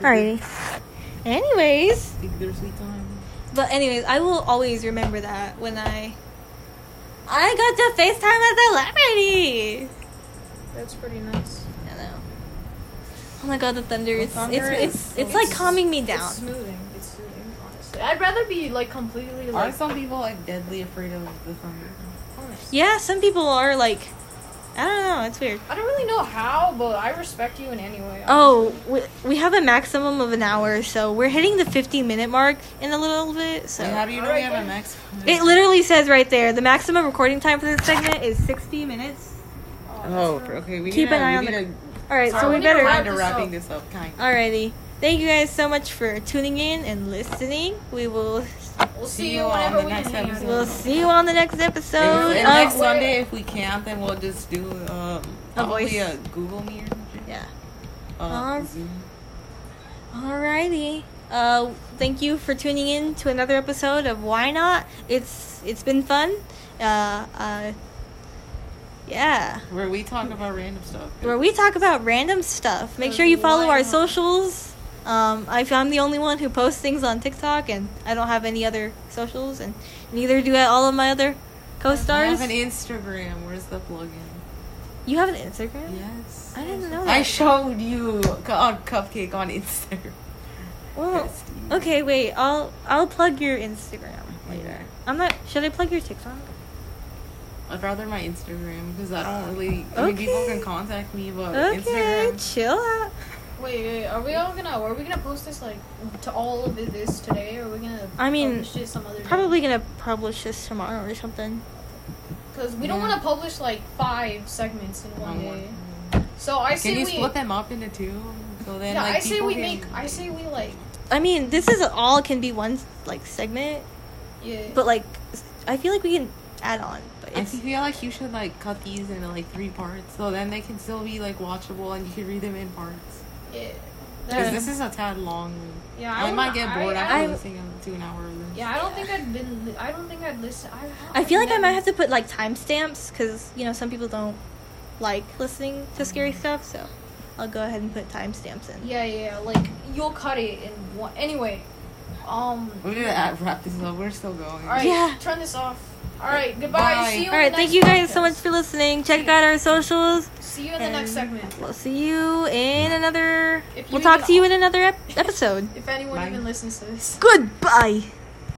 S2: Alrighty. Anyways.
S3: Bittersweet time.
S2: But anyways, I will always remember that when I I got to FaceTime at the celebrity.
S1: That's pretty nice.
S2: I know. Oh my god, the thunder is
S3: thunder
S2: it's it's,
S3: is-
S2: it's like calming me down.
S1: smoothing. It's smoothing. Honestly, I'd rather be like completely
S3: Are
S1: like.
S3: some people like deadly afraid of the thunder?
S1: honest.
S2: Yeah, some people are like I don't know. It's weird.
S1: I don't really know how, but I respect you in any way.
S2: Oh, we, we have a maximum of an hour, so we're hitting the 50 minute mark in a little bit. So
S3: Wait, how do you know we have a max?
S2: it literally says right there the maximum recording time for this segment is 60 minutes.
S3: Oh, okay. We
S2: Keep
S3: need
S2: an
S3: to-
S2: eye
S3: we
S2: on
S3: need
S2: the-
S3: to-
S2: All right,
S3: Sorry,
S2: so we
S3: need to
S2: better.
S3: wind
S1: wrap
S3: to
S1: this
S3: wrapping
S1: up.
S3: this up, kind. of.
S2: Alrighty. Thank you guys so much for tuning in and listening. We will
S1: We'll
S3: see you on the next episode.
S2: we'll see you on the next episode.
S3: And, and
S2: of-
S3: next Sunday, if we can't, then we'll just do um,
S2: uh, A
S3: probably
S2: voice.
S3: a Google Meet or something.
S2: yeah.
S3: Uh,
S2: Um,
S3: Zoom.
S2: Alrighty. Uh, thank you for tuning in to another episode of Why Not. It's it's been fun. Uh, uh, yeah.
S3: where we talk about random stuff.
S2: where we talk about random stuff. Make
S1: Cause
S2: sure you follow
S1: why
S2: our
S1: not?
S2: socials. Um, I, I'm the only one who posts things on TikTok, and I don't have any other socials, and neither do all of my other
S3: I
S2: co-stars.
S3: have an Instagram. Where's the plugin?
S2: you have an Instagram?
S3: Yes.
S2: I didn't know that.
S3: I showed you cu- on Cupcake on Instagram.
S2: well,
S3: Yes.
S2: okay, wait. I'll I'll plug your Instagram later.
S3: Okay.
S2: I'm not. Should I plug your TikTok?
S3: I'd rather my Instagram because I don't really. I mean, people
S2: Okay.
S3: can contact me, but
S2: Okay,
S3: Oh, Instagram.
S2: chill out.
S1: Wait, wait, are we all gonna? Are we gonna post this like to all of this today? Or are we gonna?
S2: I mean,
S1: publish it some other day?
S2: Probably gonna publish this tomorrow or something.
S1: Because we don't
S3: Yeah.
S1: want to publish like five segments in one
S3: on
S1: day.
S3: one.
S1: So I
S3: Can
S1: say
S3: you
S1: we.
S3: split them up into two? So then,
S1: yeah,
S3: like,
S1: I say
S3: people
S1: we
S3: can-
S1: make. I say we like.
S2: I mean, this is all can be one like segment,
S1: Yeah.
S2: but like, I feel like we can add on. But
S3: I
S2: it's,
S3: feel like you should like cut these into like three parts, so then they can still be like watchable and you can read them in parts.
S1: yeah.
S3: Because
S1: That-
S3: this is a tad long.
S1: yeah,
S3: I,
S1: wouldn't-
S3: might get bored
S1: I,
S3: after
S2: I-
S3: listening to an hour of this.
S1: yeah, I don't think I'd been. li- I don't think I'd listen. I,
S2: I feel like I
S1: never-
S2: might have to put like timestamps because you know some people don't like listening to scary
S3: Mm-hmm.
S2: stuff, so I'll go ahead and put timestamps in.
S1: Yeah, yeah, yeah, like you'll cut it in one. Anyway, um.
S3: We need to uh, wrap this up. We're still going.
S1: All right,
S2: Yeah.
S1: turn this off. All right, goodbye.
S3: Bye.
S1: See you.
S2: All right,
S1: in the
S2: thank
S1: next
S2: you guys so
S1: podcast.
S2: much for listening. Check out our socials.
S1: See you in the next
S2: and
S1: segment.
S2: We'll see you in another.
S1: If you
S2: We'll talk
S1: even-
S2: to you in another ep- episode.
S1: If anyone
S3: Bye.
S1: even listens to this.
S2: Goodbye.